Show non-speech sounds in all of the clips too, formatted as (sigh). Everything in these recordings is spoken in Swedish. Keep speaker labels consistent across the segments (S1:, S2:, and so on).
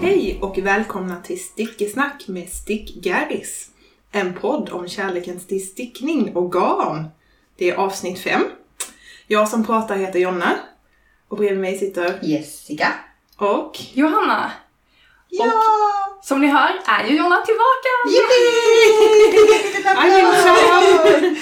S1: Hej och välkomna till Stickesnack med Stick Garris. En podd om kärlekens till stickning och garn. Det är avsnitt 5. Jag som pratar heter Jonna. Och bredvid mig sitter...
S2: Jessica.
S1: Och...
S3: Johanna, som ni hör är ju Jonna tillbaka!
S1: I'm in
S2: Yippee!
S1: town!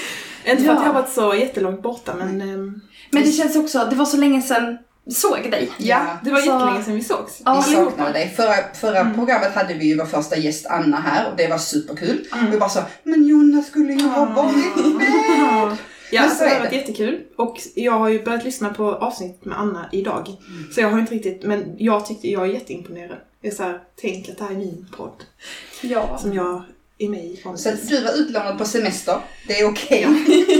S1: (laughs) Inte för att jag har varit så jättelångt borta men... ehm,
S3: Men det känns också, det var så länge sedan vi såg dig.
S2: Ja,
S1: Det var
S3: Så-
S1: jättelänge sedan vi sågs.
S3: Ja,
S2: vi
S3: allihopa.
S2: saknar dig. Förra, förra programmet hade vi ju vår första gäst Anna här och det var superkul. Vi bara så, men Jonna skulle ju ha
S1: Ah.
S2: varit (laughs) med.
S1: Ja,
S2: Men
S1: så
S2: så är
S1: det har varit
S2: det.
S1: jättekul. Och jag har ju börjat lyssna på avsnitt med Anna idag. Så jag har inte riktigt, men jag tyckte, jag är jätteimponerad. Jag är så här, tänk att det här är min podd.
S3: Ja.
S1: Som jag är med i.
S2: Så att du var utlånad på semester. Det är okej.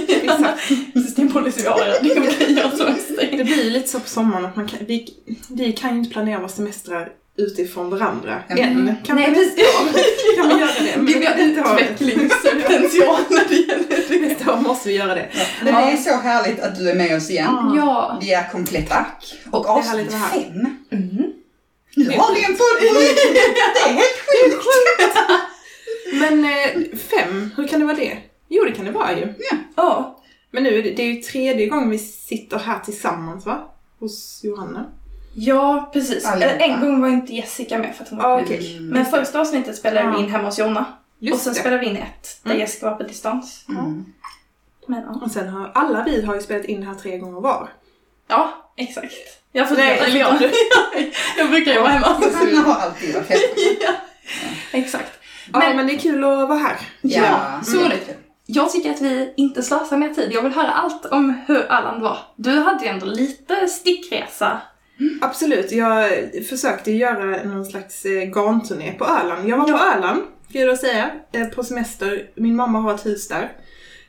S1: (laughs) Exakt.
S3: Systempolicy vi har, det är okej jag som
S1: Det blir lite så på sommaren att man kan, vi, vi kan ju inte planera våra semestrar utifrån varandra.
S2: Mm.
S1: Än. Kan
S3: Nej,
S1: vi nästa år? Kan vi göra det? Men
S3: Det (laughs) vi har
S1: nästa år-
S3: utvecklingspotential när det gäller det.
S1: (laughs) Nästa år måste vi göra det.
S2: Men det är så härligt att du är med oss igen.
S3: Ja.
S2: Vi är kompletta. Och
S1: Det är härligt
S2: avsnitt
S1: att vara här.
S2: fem.
S3: Mm.
S2: Nu har vi en podd! (laughs) Det är helt sjukt!
S1: Men eh, fem, hur kan det vara det? Jo, det kan det vara ju.
S3: Ja.
S1: Men nu, är det det är ju tredje gången vi sitter här tillsammans va? Hos Johanna.
S3: Ja, precis.
S2: Allihopa.
S3: Eller En gång var inte Jessica med för att hon var
S1: Ja,
S3: sjuk.
S1: okej.
S3: Men första avsnittet spelade
S1: Ja.
S3: vi in hemma hos Jonna.
S1: Just
S3: och sen
S1: det.
S3: spelade vi in ett där Jessica var på distans.
S2: Mm.
S3: Men ja.
S1: Och sen har alla vi har ju spelat in det här tre gånger var.
S3: Ja, exakt. Jag får
S1: Nej,
S3: eller (laughs) jag. jag brukar ju vara hemma.
S2: Anna har alltid varit hemma.
S3: Exakt.
S1: Ja, men,
S3: Men-
S1: det är kul att vara här.
S3: Ja, så
S2: Mm.
S3: är det. Jag tycker att vi inte slösar mer tid. Jag vill höra allt om hur Öland var. Du hade ju ändå lite stickresa.
S1: Absolut, jag försökte göra någon slags eh, garnturné på Öland. Jag var på Öland, ska jag då säga, eh, på semester. Min mamma har ett hus där.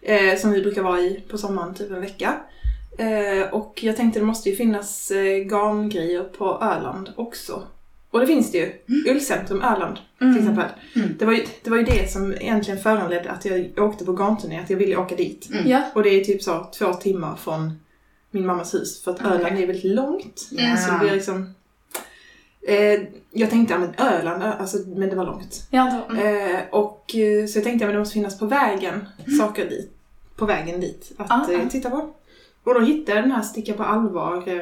S1: Eh, som vi brukar vara i på sommaren, typ en vecka. Eh, och jag tänkte det måste ju finnas eh, garngrejer på Öland också. Och det finns det ju. Ullcentrum Öland till exempel.
S2: Mm.
S1: Det, var ju, det var ju det som egentligen föranledde att jag åkte på garnturné, att jag ville åka dit.
S2: Mm.
S3: Ja.
S1: Och det är typ så två timmar från min mammas hus för att
S2: Mm.
S1: Öland är väldigt långt.
S2: Ja.
S1: Så det blir liksom... Eh, jag tänkte, ja men Öland, ö- alltså, men det var långt.
S3: Ja, det var, mm.
S1: Eh, och eh, så jag tänkte, ja men det måste finnas på vägen,
S2: Mm.
S1: saker dit, på vägen dit att
S3: Ah,
S1: eh,
S3: ah.
S1: titta på. Och då hittade jag den här Sticka på allvar eh,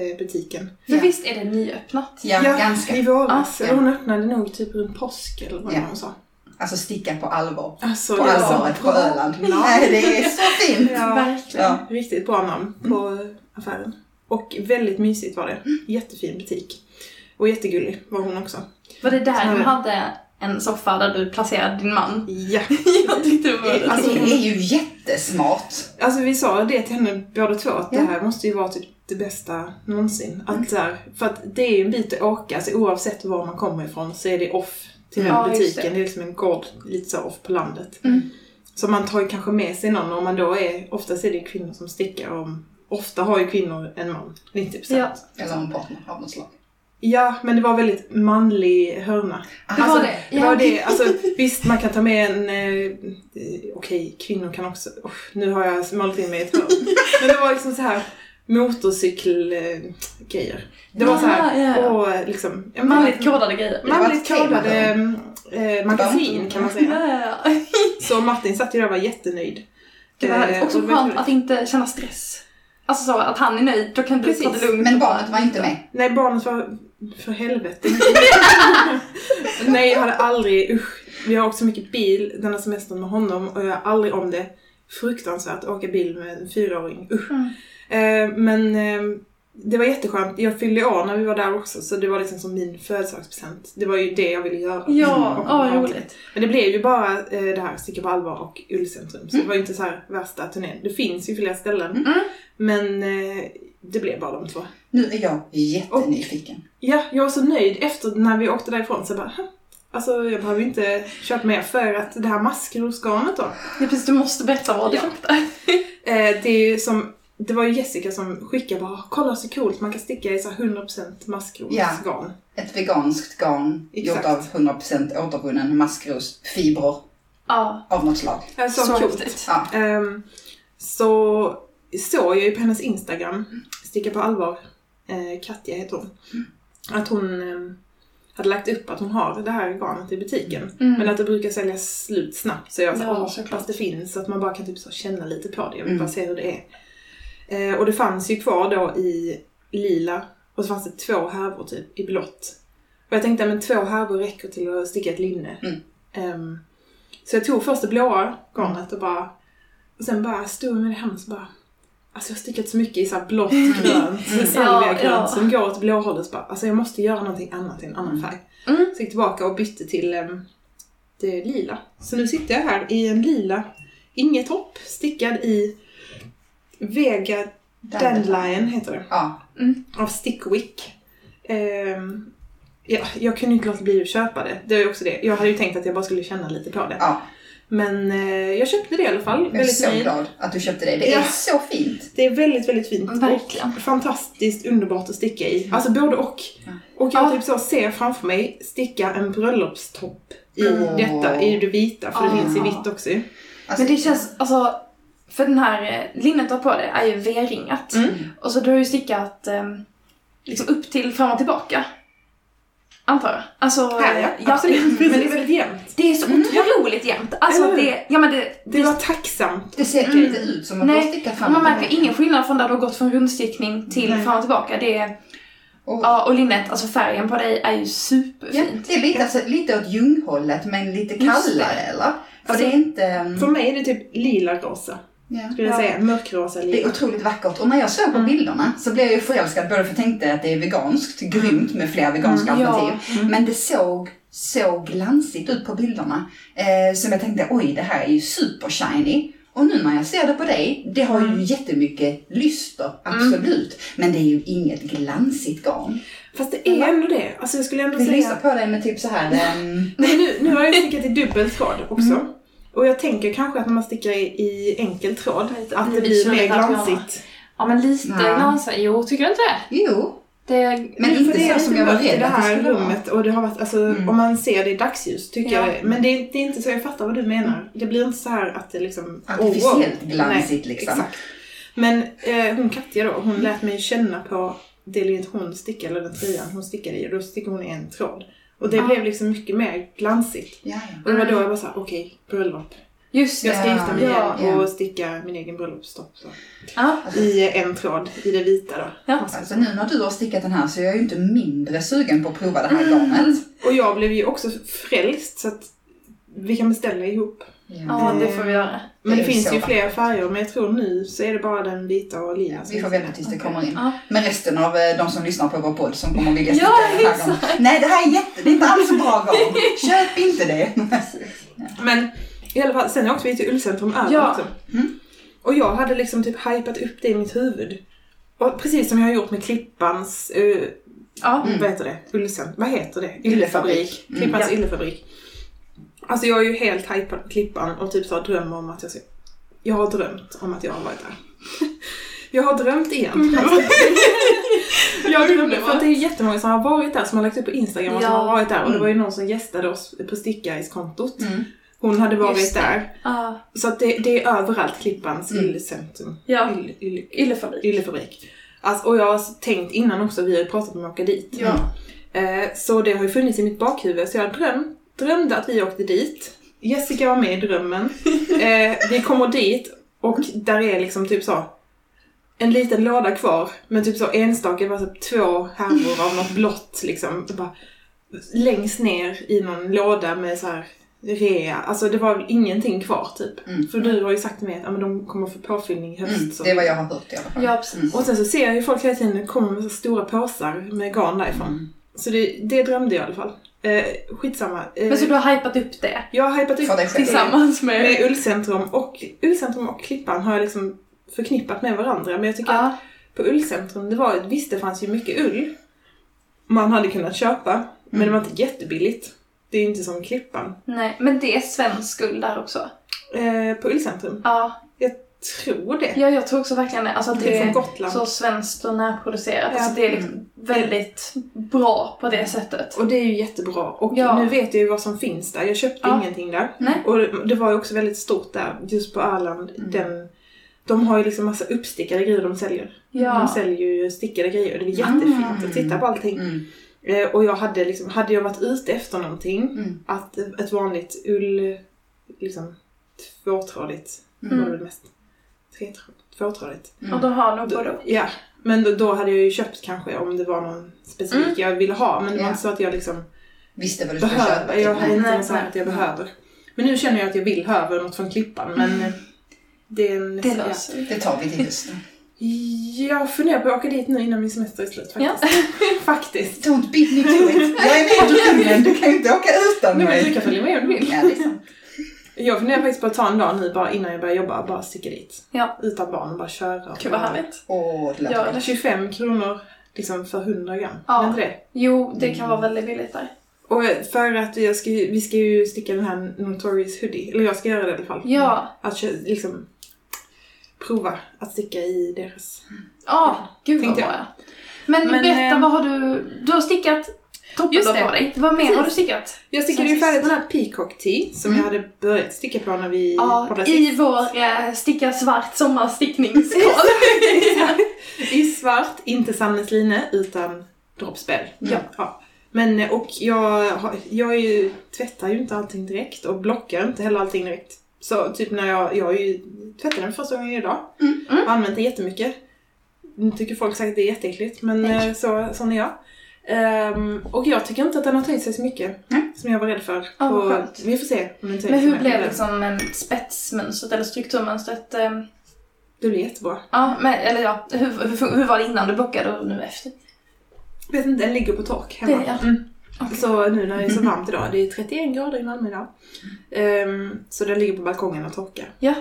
S1: eh, butiken.
S3: För
S2: Ja.
S3: visst är det nyöppnat?
S2: Ja, ganska.
S1: I våras.
S3: Ah,
S2: ja.
S1: Hon öppnade nog typ runt påsk eller vad
S2: Ja.
S1: hon sa.
S2: Alltså sticka på allvar.
S1: Alltså,
S2: På
S1: det var
S2: allvaret på
S1: bra.
S2: Öland.
S1: Ja.
S2: Nej, det är så fint.
S1: Ja.
S3: Verkligen.
S2: Ja.
S1: Riktigt bra namn på affären. Och väldigt mysigt var det. Jättefin butik. Och jättegullig var hon också.
S3: Var det där
S1: Mm.
S3: de hade en soffa där du placerade din man?
S1: Ja!
S3: jag tyckte (laughs) det var
S1: Eh,
S2: Alltså
S3: alltså,
S2: det är ju jättesmart.
S1: Alltså vi sa det till henne båda två att
S2: Ja.
S1: det här måste ju vara typ det bästa någonsin.
S3: Mm.
S1: Att så här, för att det är ju en bit att åka, alltså, oavsett var man kommer ifrån så är det off till den
S3: Ja, just
S1: butiken. Det.
S3: det.
S1: är liksom en gård lite så off på landet.
S3: Mm.
S1: Så man tar ju kanske med sig någon om man då är, oftast är det ju kvinnor som stickar och ofta har ju kvinnor en man, 90%.
S3: Ja.
S2: Eller en partner av något slag.
S1: Ja, men det var väldigt manlig hörna.
S3: Det var
S1: Alltså,
S3: det.
S1: Det
S3: Ja.
S1: var det. Alltså, visst, man kan ta med en... Eh, eh, Okej, kvinnor kan också... Oh, nu har jag smalt in mig i ett
S3: (laughs)
S1: hörn. Men det var liksom så här motorcykelgrejer. Eh, grejer. det var så här...
S3: Ja, ja, ja.
S1: Och liksom... ja, men-
S3: Manligt mm, kodade grejer.
S2: var
S1: Manligt
S2: ett tema
S1: kodade eh, magasin kan man säga.
S3: Ja, ja, ja.
S1: Så Martin satt ju där och var jätternöjd.
S3: Det var härligt.
S1: Eh,
S3: Också
S1: och det var
S3: skönt
S1: kul.
S3: att inte känna stress. Alltså så att han är nöjd, då kan du
S1: Precis.
S3: ta det lugnt.
S2: Men
S3: och bara
S2: barnet var inte
S3: njuta.
S2: med.
S1: Nej, barnet var... För
S3: (laughs)
S1: helvete. Nej, jag hade aldrig... Usch. Vi har åkt så mycket bil denna semestern med honom och jag har aldrig om det. Fruktansvärt att åka bil med en fyraåring. Usch.
S3: Mm.
S1: Eh, men eh, det var jätteskönt. Jag fyllde ju år när vi var där också så det var liksom som min födelsedagspresent. Det var ju det jag ville göra.
S3: Ja,
S1: Mm.
S3: ja vad roligt.
S1: Men det blev ju bara eh, det här Sticka på allvar och Ullcentrum. Så det var ju inte så här värsta turnén. Det finns ju flera ställen.
S3: Mm.
S1: Men eh, det blev bara de två.
S2: Nu är jag jättenyfiken.
S1: Ja, jag var så nöjd efter när vi åkte därifrån så jag bara "Huh, Alltså jag behöver inte köpa mer för att det här maskrosgarnet då.
S3: Ja, precis, du måste berätta vad du köpte.
S1: Eh, det är ju som, det var ju Jessica som skickade bara kolla så coolt man kan sticka i så här 100% maskrosgarn.
S2: Ett veganskt garn
S1: Exakt.
S2: gjort av 100% återvunnen maskrosfiber
S3: Ja,
S2: av något slag.
S1: Eh, så
S3: så
S1: coolt.
S3: häftigt.
S2: Ja.
S1: Ehm, så såg jag ju på hennes Mm. Instagram, Sticka på allvar, eh, Katja heter hon, att hon ehm, hade lagt upp att hon har det här garnet i butiken.
S3: Mm.
S1: Men att det brukar sälja slut snabbt så jag sa,
S3: Ja,
S1: ja,
S3: såklart.
S1: fast det finns, så att man bara kan typ så känna lite på det, jag vill
S2: Mm.
S1: bara se hur det är. Eh, och det fanns ju kvar då i lila och så fanns det två härvor typ i blått. Och jag tänkte, men två härvor räcker till att sticka ett linne.
S2: Mm.
S1: Ehm, så jag tog först det blåa garnet och bara, och sen bara stod jag med det hemma och så bara, alltså jag har stickat så mycket i så här blått, grönt, salviagrönt
S3: Mm. Ja, ja.
S1: som går åt blåhållet. Så bara, Alltså jag måste göra någonting annat i en annan färg.
S3: Mm.
S1: Så gick jag tillbaka och bytte till ehm, det lila. Så nu sitter jag här i en lila, inget hopp, stickad i Vega Dandelion heter det,
S2: Ja.
S1: av Stickwick. Ehm, ja, jag kunde inte låta bli att köpa det. Det är ju också det. Jag hade ju tänkt att jag bara skulle känna lite på det.
S2: ja.
S1: Men eh, jag köpte det i alla fall.
S2: Jag är
S1: Väldigt
S2: så
S1: nöjd.
S2: glad att du köpte det. Det är
S1: Ja.
S2: så fint.
S1: Det är väldigt, väldigt fint.
S3: Verkligen.
S1: Och fantastiskt underbart att sticka i. Alltså både och.
S2: Ja.
S1: Och jag
S3: Ja.
S1: typ så ser framför mig sticka en bröllopstopp i
S2: Åh.
S1: detta, i det vita. För det
S3: Ja.
S1: finns i vitt också ju.
S2: Alltså,
S3: Men det känns, alltså, för den här eh, linnet du har på dig är ju V-ringat. Och så du har ju stickat ehm, liksom upp till, fram och tillbaka. Antar jag. Alltså,
S1: Här ja,
S3: eh, (laughs)
S1: absolut. Men
S3: precis.
S1: det är väldigt jämnt.
S3: det är så otroligt jämnt. Alltså
S1: Eller hur?
S3: det, ja men det,
S1: Det var tacksamt.
S2: det ser
S3: Mm.
S2: inte ut som att du har
S3: nej,
S2: stickat fram
S3: man
S2: och
S3: märker
S2: tillbaka.
S3: ingen skillnad från där du har gått från rundstickning till
S1: Nej.
S3: fram och tillbaka. Det är,
S2: Och, ja,
S3: ja och linnet, alltså färgen på dig är ju superfint.
S2: det är lite, alltså, lite åt ljunghållet men lite
S3: Just det.
S2: kallare eller? För
S1: Alltså,
S2: det är inte... mm,
S1: För mig är det typ lila-rosa.
S2: ja.
S1: Skulle jag
S3: Ja.
S1: säga. Mörkrosa
S2: Det är
S1: lila.
S2: otroligt vackert. Och när jag såg på
S3: Mm.
S2: bilderna så blev jag ju förälskad både för jag tänkte att det är veganskt, grymt med fler veganska
S3: Mm, ja.
S2: alternativ. Men det såg så glansigt ut på bilderna. Eh, som jag tänkte, oj det här är ju supershiny. Och nu när jag ser det på dig, det har ju
S3: Mm.
S2: jättemycket lyster, absolut. Men det är ju inget glansigt garn.
S1: Fast det är ändå det. Alltså jag skulle ändå
S2: Det lyser
S1: säga...
S2: på dig med typ så här... ehm,
S1: Nej, men nu, nu har jag stickat i dubbel tråd också. Och jag tänker kanske att när man stickar i, i enkel tråd
S3: Lite-
S1: att det
S3: det
S1: blir
S3: blir
S1: mer
S3: lite att göra.
S1: glansigt.
S3: Ja men lite
S2: Ja.
S3: glansa, jo tycker du inte det?
S2: jo,
S3: det
S2: men
S1: Men för det
S2: inte
S1: är
S2: så som jag var
S1: mörkt i
S2: rädd
S1: det
S2: att det
S1: här
S2: skulle vara.
S1: rummet och det har varit, alltså,
S2: Mm.
S1: om man ser det i dagsljus tycker
S3: Ja.
S1: jag. Men det är, det är inte så, jag fattar vad du menar. Det blir inte så här att det liksom...
S2: Artificiellt
S1: oh, wow.
S2: glansigt liksom.
S1: Exakt. Men eh, hon Katja då, hon lät mig känna på det linnet hon stickade, eller den tröjan hon stickade i. Och då stickade hon i en tråd. Och det
S3: Ja.
S1: blev liksom mycket mer glansigt.
S2: Ja, ja.
S1: Och det var då jag bara såhär, okej, bröllop.
S3: Just det.
S1: Jag ska gifta mig igen
S3: Ja.
S2: Ja.
S1: och sticka min egen bröllopsstopp. Så.
S3: Ja.
S1: I en tråd, i det vita då.
S3: Ja.
S2: Alltså nu när du har stickat den här så är jag ju inte mindre sugen på att prova det här
S3: Mm.
S2: garnet.
S1: Och jag blev ju också frälst så att vi kan beställa ihop.
S3: ja,
S2: Mm.
S3: det får vi göra.
S1: Men
S2: Det
S1: det,
S2: är
S1: finns
S2: så
S1: ju
S2: vackert.
S1: fler färger, men jag tror nu så är det bara den vita och lila. som
S2: Vi får
S1: finns
S2: vänta tills
S1: där.
S2: det kommer in.
S3: Ja.
S2: Men resten av eh, de som lyssnar på vår podd som kommer vilja
S3: Ja,
S2: sticka den här
S3: exakt.
S2: garnet. Nej, det här är jätte... Det är inte alls så bra
S3: (laughs)
S2: garn. Köp inte det.
S1: Men i alla fall, sen åkte vi till Ullcentrum över
S3: Ja.
S1: också.
S2: Mm.
S1: Och jag hade liksom typ hypat upp det i mitt huvud. Och precis som jag har gjort med Klippans, eh,
S2: Mm.
S3: Ja.
S1: vad heter det? Ullcentrum, vad heter det?
S2: Yllefabrik. Mm.
S1: Klippans
S3: Ja.
S1: yllefabrik. Alltså jag är ju helt hypad på Klippan och typ så drömmer om att jag ska... Jag har drömt om att jag har varit där. (laughs) jag har drömt
S2: Mm.
S1: igen. Jag glömde, för att det är jättemånga som har varit där, som har lagt upp på Instagram och som
S3: Ja. Mm.
S1: har varit där. Och det var ju någon som gästade oss på Stickguys-kontot. Hon hade varit
S3: Just det.
S1: där.
S3: Ja.
S1: Så att det, det är överallt Klippans
S2: Mm.
S1: yllecentrum.
S3: Ja.
S1: Ylle- ylle-
S3: Yllefabrik.
S1: Yllefabrik. Alltså, och jag har tänkt innan också, vi har ju pratat om att åka dit.
S2: Ja.
S1: Eh, så det har ju funnits i mitt bakhuvud, så jag dröm, drömde att vi åkte dit. Jessica var med i
S2: (laughs)
S1: drömmen. Eh, vi kommer dit och där är liksom typ så en liten låda kvar, men typ så enstaka, det var typ två härvor av något blått liksom. Och Bara, längst ner i någon låda med så här rea, alltså det var ingenting kvar typ.
S2: Mm.
S1: För du har ju sagt till mig att ja, men de kommer få påfyllning i höst.
S2: Mm,
S1: så
S2: det är vad jag har hört i alla fall.
S3: Ja, precis.
S2: Mm.
S1: och sen så ser jag ju folk hela tiden komma med så stora påsar med garn därifrån. Så det, det drömde jag i alla fall. Eh, skitsamma. Eh,
S3: Men så du har hypat upp det
S1: Jag har hypat
S2: För dig
S1: upp
S2: själv.
S3: tillsammans med...
S1: med Ullcentrum och, Ullcentrum och Klippan har jag liksom förknippat med varandra. Men jag tycker att
S3: ja.
S1: på Ullcentrum, det var, visst det fanns ju mycket ull man hade kunnat köpa, men det var inte jättebilligt. Det är ju inte som Klippan.
S3: Nej, men det är svensk guld där också.
S1: Eh, på Ullcentrum.
S3: Ja.
S1: Jag tror det.
S3: ja, jag tror också verkligen det. Alltså att
S1: Det
S3: det
S1: är från
S3: är
S1: Gotland.
S3: så svenskt och närproducerat.
S1: Ja.
S3: Alltså det är liksom väldigt bra på det sättet.
S1: Och det är ju jättebra. Och
S3: Ja.
S1: nu vet jag ju vad som finns där. Jag köpte
S3: Ja.
S1: ingenting där.
S3: Nej. Mm.
S1: Och det- det var ju också väldigt stort där, just på Öland. Den, de har ju liksom massa uppstickade grejer de säljer.
S3: Ja. Ah.
S1: De säljer ju stickade grejer. Det är jättefint att titta på allting.
S2: Mm.
S1: Eh, och jag hade liksom, hade jag varit ute efter någonting,
S2: Mm.
S1: att ett vanligt ull, liksom tvåtrådigt,
S2: Mm.
S1: var det väl mest, Tretrådigt? tvåtrådigt.
S2: Mm.
S3: Och då har nog
S1: Då,
S3: både...
S1: ja, men då, då hade jag ju köpt kanske om det var någon specifik
S3: Mm.
S1: jag ville ha, men det var
S2: Ja.
S1: inte så att jag liksom
S2: Visste vad du skulle köpa. Mm.
S1: behöver, jag hade
S2: Nej.
S1: inte
S3: Nej,
S1: någon sån här
S3: nej.
S1: att jag behöver. Men nu känner jag att jag vill ha över något från klippan, men eh, det är nästa,
S3: Det löser vi.
S2: Det tar vi till hösten.
S1: Ja. Jag funderar på att åka dit nu innan min semester är slut
S3: Ja.
S1: faktiskt. (laughs) faktiskt.
S2: Don't beat me to it. Jag är med
S3: (laughs)
S2: i drömmen, du kan ju inte åka utan
S1: Nej, men du
S2: mig.
S1: kan följa med om du vill.
S2: Ja, det är sant.
S1: Jag funderar faktiskt på att ta en dag nu bara innan jag börjar jobba, bara sticka dit.
S3: Ja.
S1: Utan barn och bara köra.
S3: Gud vad härligt.
S2: Åh, det lät
S3: Ja,
S2: bra.
S3: eller-
S1: 25 kronor liksom för 100 gram.
S3: Ja.
S1: Men det.
S3: Jo, det kan vara väldigt billigt där.
S1: Och för att jag ska, ju- vi ska ju sticka den här Notorious hoodie, eller jag ska göra det i alla fall.
S3: Ja.
S1: Att kö- liksom prova att sticka i deras.
S3: Ja, gud
S1: Tänkte
S3: vad
S1: jag.
S3: bra. Men,
S1: Men,
S3: berätta,
S1: eh,
S3: vad har du... Du har stickat toppen
S1: Just
S3: då
S1: det.
S3: på dig. Vad mer
S1: Precis.
S3: har du stickat?
S1: Jag stickade
S3: Som
S1: ju färdigt
S3: sist.
S1: den här Peacock Tee som jag hade börjat sticka på när vi
S3: Ja,
S1: poddade
S3: i
S1: sist.
S3: vår eh, sticka svart sommarstickningskoll.
S1: (laughs) I svart, inte sammetsline utan droppspel.
S3: Ja.
S1: ja. Men eh, och jag, har- jag är ju, tvättar ju inte allting direkt och blockar inte heller allting direkt. Så typ när jag, jag har ju tvättat den första gången idag.
S2: Mm,
S1: Och använt den jättemycket. Nu tycker folk säkert det är jätteäckligt men eh, så, sån är jag. Ehm, och jag tycker inte att den har tagit sig så mycket
S2: Nej.
S1: som jag var rädd för.
S3: Ja, vad
S1: Och
S3: skönt.
S1: vi får se om den tar
S3: Men
S1: sig
S3: hur
S1: med.
S3: blev liksom eh, spetsmönstret eller strukturmönstret? Eh,
S1: Det blev jättebra.
S3: ja, men, eller ja, hur, hur, hur var det innan du blockade och nu efter?
S1: Vet inte, den ligger på tork hemma.
S3: Det, ja.
S1: Mm.
S3: Okej.
S1: Så nu när det är så varmt idag, det är 31 grader i Malmö idag. Ehm, så den ligger på balkongen och torkar.
S3: Ja.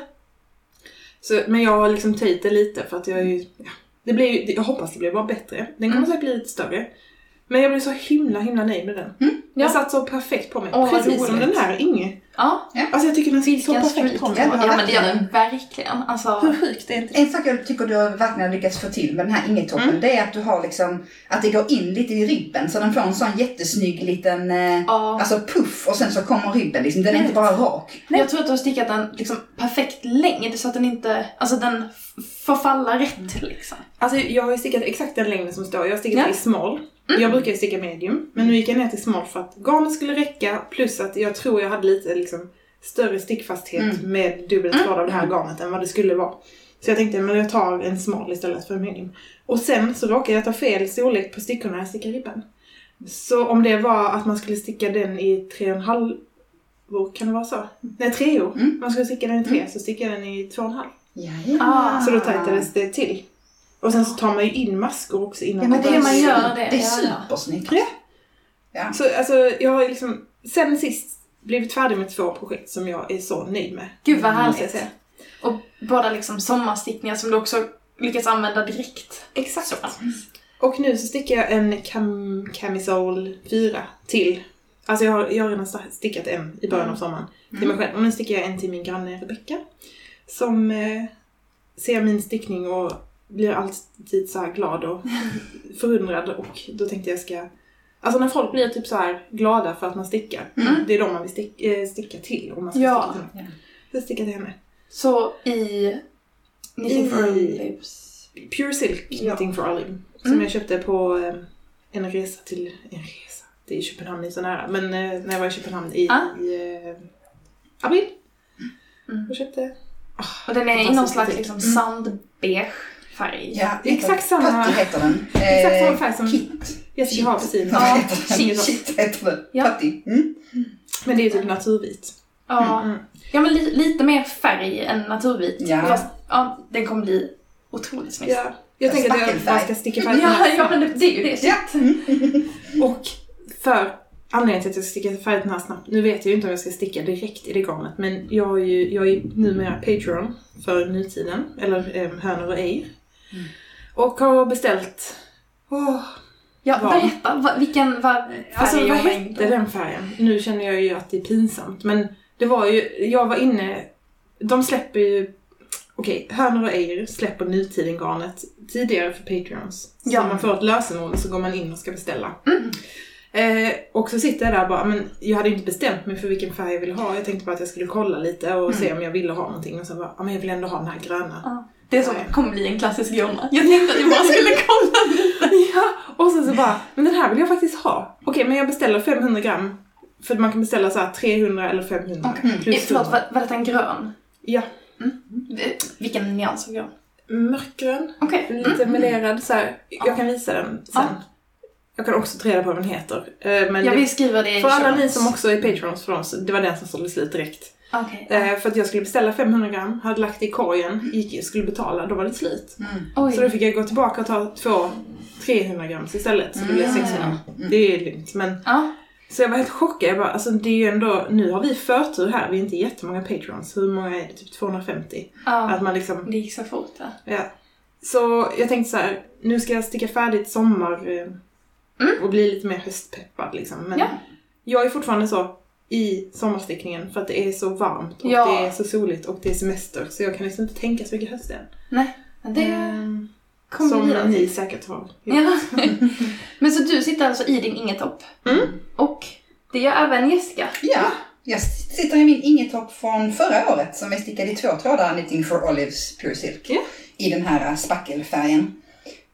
S1: Så, men jag har liksom töjt det lite för att jag är ju... Ja, det blir, ju- jag hoppas det blir bara bättre. Den kommer
S3: Mm.
S1: säkert bli lite större. Men jag blev så himla himla nöjd med den.
S3: Mm, Ja.
S1: Den satt så perfekt på mig.
S3: Åh, vad
S1: Precis som
S3: roligt.
S1: den här Inge.
S3: Ja,
S1: Alltså jag tycker den sitter så
S3: vilken
S1: perfekt på
S3: streak.
S1: mig.
S2: Ja,
S3: Ja, men det gör den verkligen.
S1: Hur
S3: Alltså,
S1: sjukt är inte det?
S2: En sak jag tycker du verkligen har lyckats få till med den här ingetoppen,
S1: Mm.
S2: det är att du har liksom, att det går in lite i ribben så den får en sån jättesnygg liten, eh,
S3: ja.
S2: alltså puff och sen så kommer ribben liksom. Den är inte
S1: Yes.
S2: bara rak.
S3: Jag tror att du har stickat den liksom perfekt längd så att den inte, alltså den f- får falla rätt liksom.
S1: Alltså jag har ju stickat exakt den längden som står. Jag har stickat
S3: Ja.
S1: i small.
S2: Mm.
S1: Jag brukar ju sticka medium. Men nu gick jag ner till small för att garnet skulle räcka. Plus att jag tror jag hade lite liksom större stickfasthet
S2: Mm.
S1: med dubbelt tvål av det här garnet än vad det skulle vara. Så jag tänkte, men jag tar en smal istället för en medium. Och sen så råkade jag ta fel storlek på stickorna när jag stickade ribban. Så om det var att man skulle sticka den i tre och en halv kan det vara så? Nej, treor.
S2: Mm.
S1: Man skulle sticka den i tre, så stickade jag den i två och en halv.
S2: Ja,
S3: Ah,
S1: Så då tajtades det till. Och sen så tar man ju in maskor också innan
S2: Ja, men det
S1: börjar
S2: är
S3: man
S2: man
S3: gör
S2: gör
S3: det,
S2: det. Det är
S3: ja, ja.
S2: supersnyggt.
S1: Ja.
S2: Ja.
S1: Så alltså, jag har ju liksom sen sist blivit färdig med två projekt som jag är så nöjd med.
S3: Gud vad
S1: Mm, måste jag
S3: härligt.
S1: säga.
S3: Och båda liksom sommarstickningar som du också lyckats använda direkt.
S1: Exakt.
S3: Så.
S1: Och nu så stickar jag en cam camisole 4 till. Alltså jag har, jag har redan sta- stickat en i början av sommaren till mig själv. Och nu stickar jag en till min granne Rebecka. Som eh, ser min stickning och blir alltid så här glad och förundrad. Och då tänkte jag ska... Alltså när folk blir typ så här glada för att man stickar.
S2: Mm.
S1: Det är de man vill stick, eh, sticka till. Om man ska
S3: Ja.
S1: sticka till. någon. Så jag stickar till henne.
S3: Så i... Knitting for
S1: I-
S3: Lips.
S1: Pure Silk
S3: Ja. Mm.
S1: Knitting for Olive. Som jag köpte på eh, en resa till... En resa? Det är Köpenhamn, är så nära. Men eh, när jag var i Köpenhamn i,
S3: Ah.
S1: i eh, april.
S3: Mm.
S1: Och köpte...
S3: Och den är i
S1: Fantastisk
S3: någon slags
S1: butik.
S3: liksom
S1: Mm.
S3: sandbeige färg.
S2: Ja,
S1: Det är exakt samma-
S2: Putty heter den.
S1: Exakt samma
S2: Eh,
S1: färg som
S2: Kit.
S1: Jessica har på sin.
S3: Ja,
S2: Kit.
S3: shit.
S2: Kit heter den.
S3: Ja.
S2: Putty. Mm.
S1: Men det är ju typ naturvit.
S3: Ja,
S1: Mm.
S3: ja men li, lite mer färg än naturvit.
S2: Ja.
S3: Fast ja, den kommer bli otroligt snygg.
S1: Ja. Jag tänker att jag
S2: Spackelfärg.
S1: bara ska sticka färdigt
S3: Ja,
S1: här.
S3: ja, men det, det är ju det.
S2: Ja. Mm.
S1: Och för anledningen till att jag ska sticka färdigt den här snabbt. Nu vet jag ju inte om jag ska sticka direkt i det garnet. Men jag är ju jag är numera Patreon för nutiden. Eller eh, hönor och ej. Och har beställt... Åh,
S3: Ja,
S1: Ja.
S3: berätta, va, vilken var färg
S1: Alltså vad
S3: och mängd?
S1: hette den färgen? Nu känner jag ju att det är pinsamt men det var ju, jag var inne, de släpper ju, okej, Hönor och Eir släpper Nutiden-garnet tidigare för Patreons. Så
S3: Ja. Mm.
S1: man får ett lösenord och så går man in och ska beställa. Eh, och så sitter jag där bara, men jag hade ju inte bestämt mig för vilken färg jag ville ha. Jag tänkte bara att jag skulle kolla lite
S3: Mm.
S1: och se om jag ville ha någonting och sen bara, ja men jag vill ändå ha den här gröna.
S3: (laughs) Ja, Det som kommer bli en klassisk Jonna. Jag tänkte att jag bara skulle kolla lite.
S1: Ja, och sen så bara, men den här vill jag faktiskt ha. Okej, men jag beställer 500 gram. För man kan beställa så här 300 eller 500.
S3: Okej. Eh,
S1: Plus
S3: Förlåt,
S1: hundra.
S3: var, var detta en grön?
S1: Ja,
S3: Eh, Vilken nyans av grön?
S1: mörkgrön.
S3: Okej.
S1: Lite melerad så här. Jag kan visa den sen.
S3: Mm, Ja.
S1: Jag kan också ta reda på vad den heter. Eh, Men
S3: Jag
S1: det-
S3: vill skriva det i
S1: för alla ni
S3: shownotes.
S1: som också är patrons för oss, det var den som sålde slut direkt.
S3: Okej. ja. Mm.
S1: Eh, för att jag skulle beställa 500 gram, hade lagt det i korgen, gick, skulle betala, då var det slut. Så då
S3: Oj.
S1: fick jag gå tillbaka och ta två 300 grams istället, så det blev
S2: Mm.
S1: 600. Det är lugnt. Men,
S3: Ja.
S1: så jag var helt chockad. Jag bara, alltså det är ju ändå, nu har vi förtur här, vi är inte jättemånga patrons. Hur många är det? Typ 250?
S3: ja.
S1: Att man liksom,
S3: Det gick så fort. Ja.
S1: ja. Så jag tänkte så här, nu ska jag sticka färdigt sommar eh, och bli lite mer höstpeppad liksom. Men
S3: Mm. Ja.
S1: jag är fortfarande så i sommarstickningen för att det är så varmt och
S3: Ja.
S1: det är så soligt och det är semester så jag kan liksom inte tänka så mycket höst än.
S3: Nej, eh, men det
S1: Ehm,
S3: kommer
S1: Som
S3: vi vidare
S1: ni
S3: till.
S1: säkert har.
S3: Ja. (laughs) Men så du sitter alltså i din ingetopp.
S1: Mm.
S3: Och det gör även Jessica.
S2: Ja, jag sitter i min ingetopp från förra året som jag stickade i två trådar Knitting for Olives Pure Silk.
S1: Ja.
S2: I den här äh, spackelfärgen.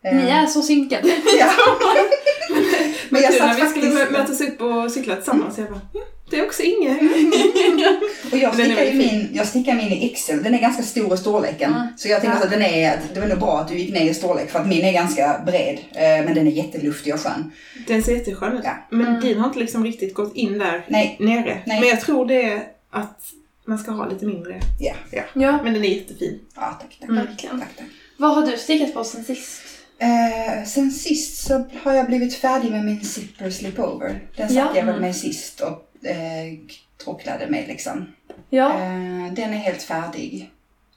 S2: Ehm,
S3: Ni är så synkade.
S2: Ja. (laughs) Men
S1: Men
S2: jag
S1: du, när
S2: satt
S1: vi skulle mö-
S2: faktiskt...
S1: mötas upp och cykla tillsammans, jag bara, "Mm, det är också Inge.
S2: Och jag
S1: Den är
S2: stickar ju
S1: väldigt
S2: min, jag stickar min i XL. Den är ganska stor i storleken. Så jag tänker
S1: Ja.
S2: så att den är, att det var nog bra att du gick ner i storlek för att min är ganska bred. eh, Men den är jätteluftig och skön.
S1: Den ser jätteskön ut.
S2: Ja.
S1: Men din har inte liksom riktigt gått in där
S2: Nej.
S1: nere.
S2: Nej.
S1: Men jag tror det är att man ska ha lite mindre.
S2: Ja.
S3: (laughs) Ja,
S1: Men den är jättefin.
S2: Ja, tack, tack.
S1: Mm.
S3: verkligen.
S2: tack, tack.
S3: Vad har du stickat på sen sist?
S2: Eh, sen sist så har jag blivit färdig med min zipper slipover. Den satt
S3: Ja.
S2: jag väl med sist och eh, tråcklade med liksom.
S3: Ja.
S2: Eh, den är helt färdig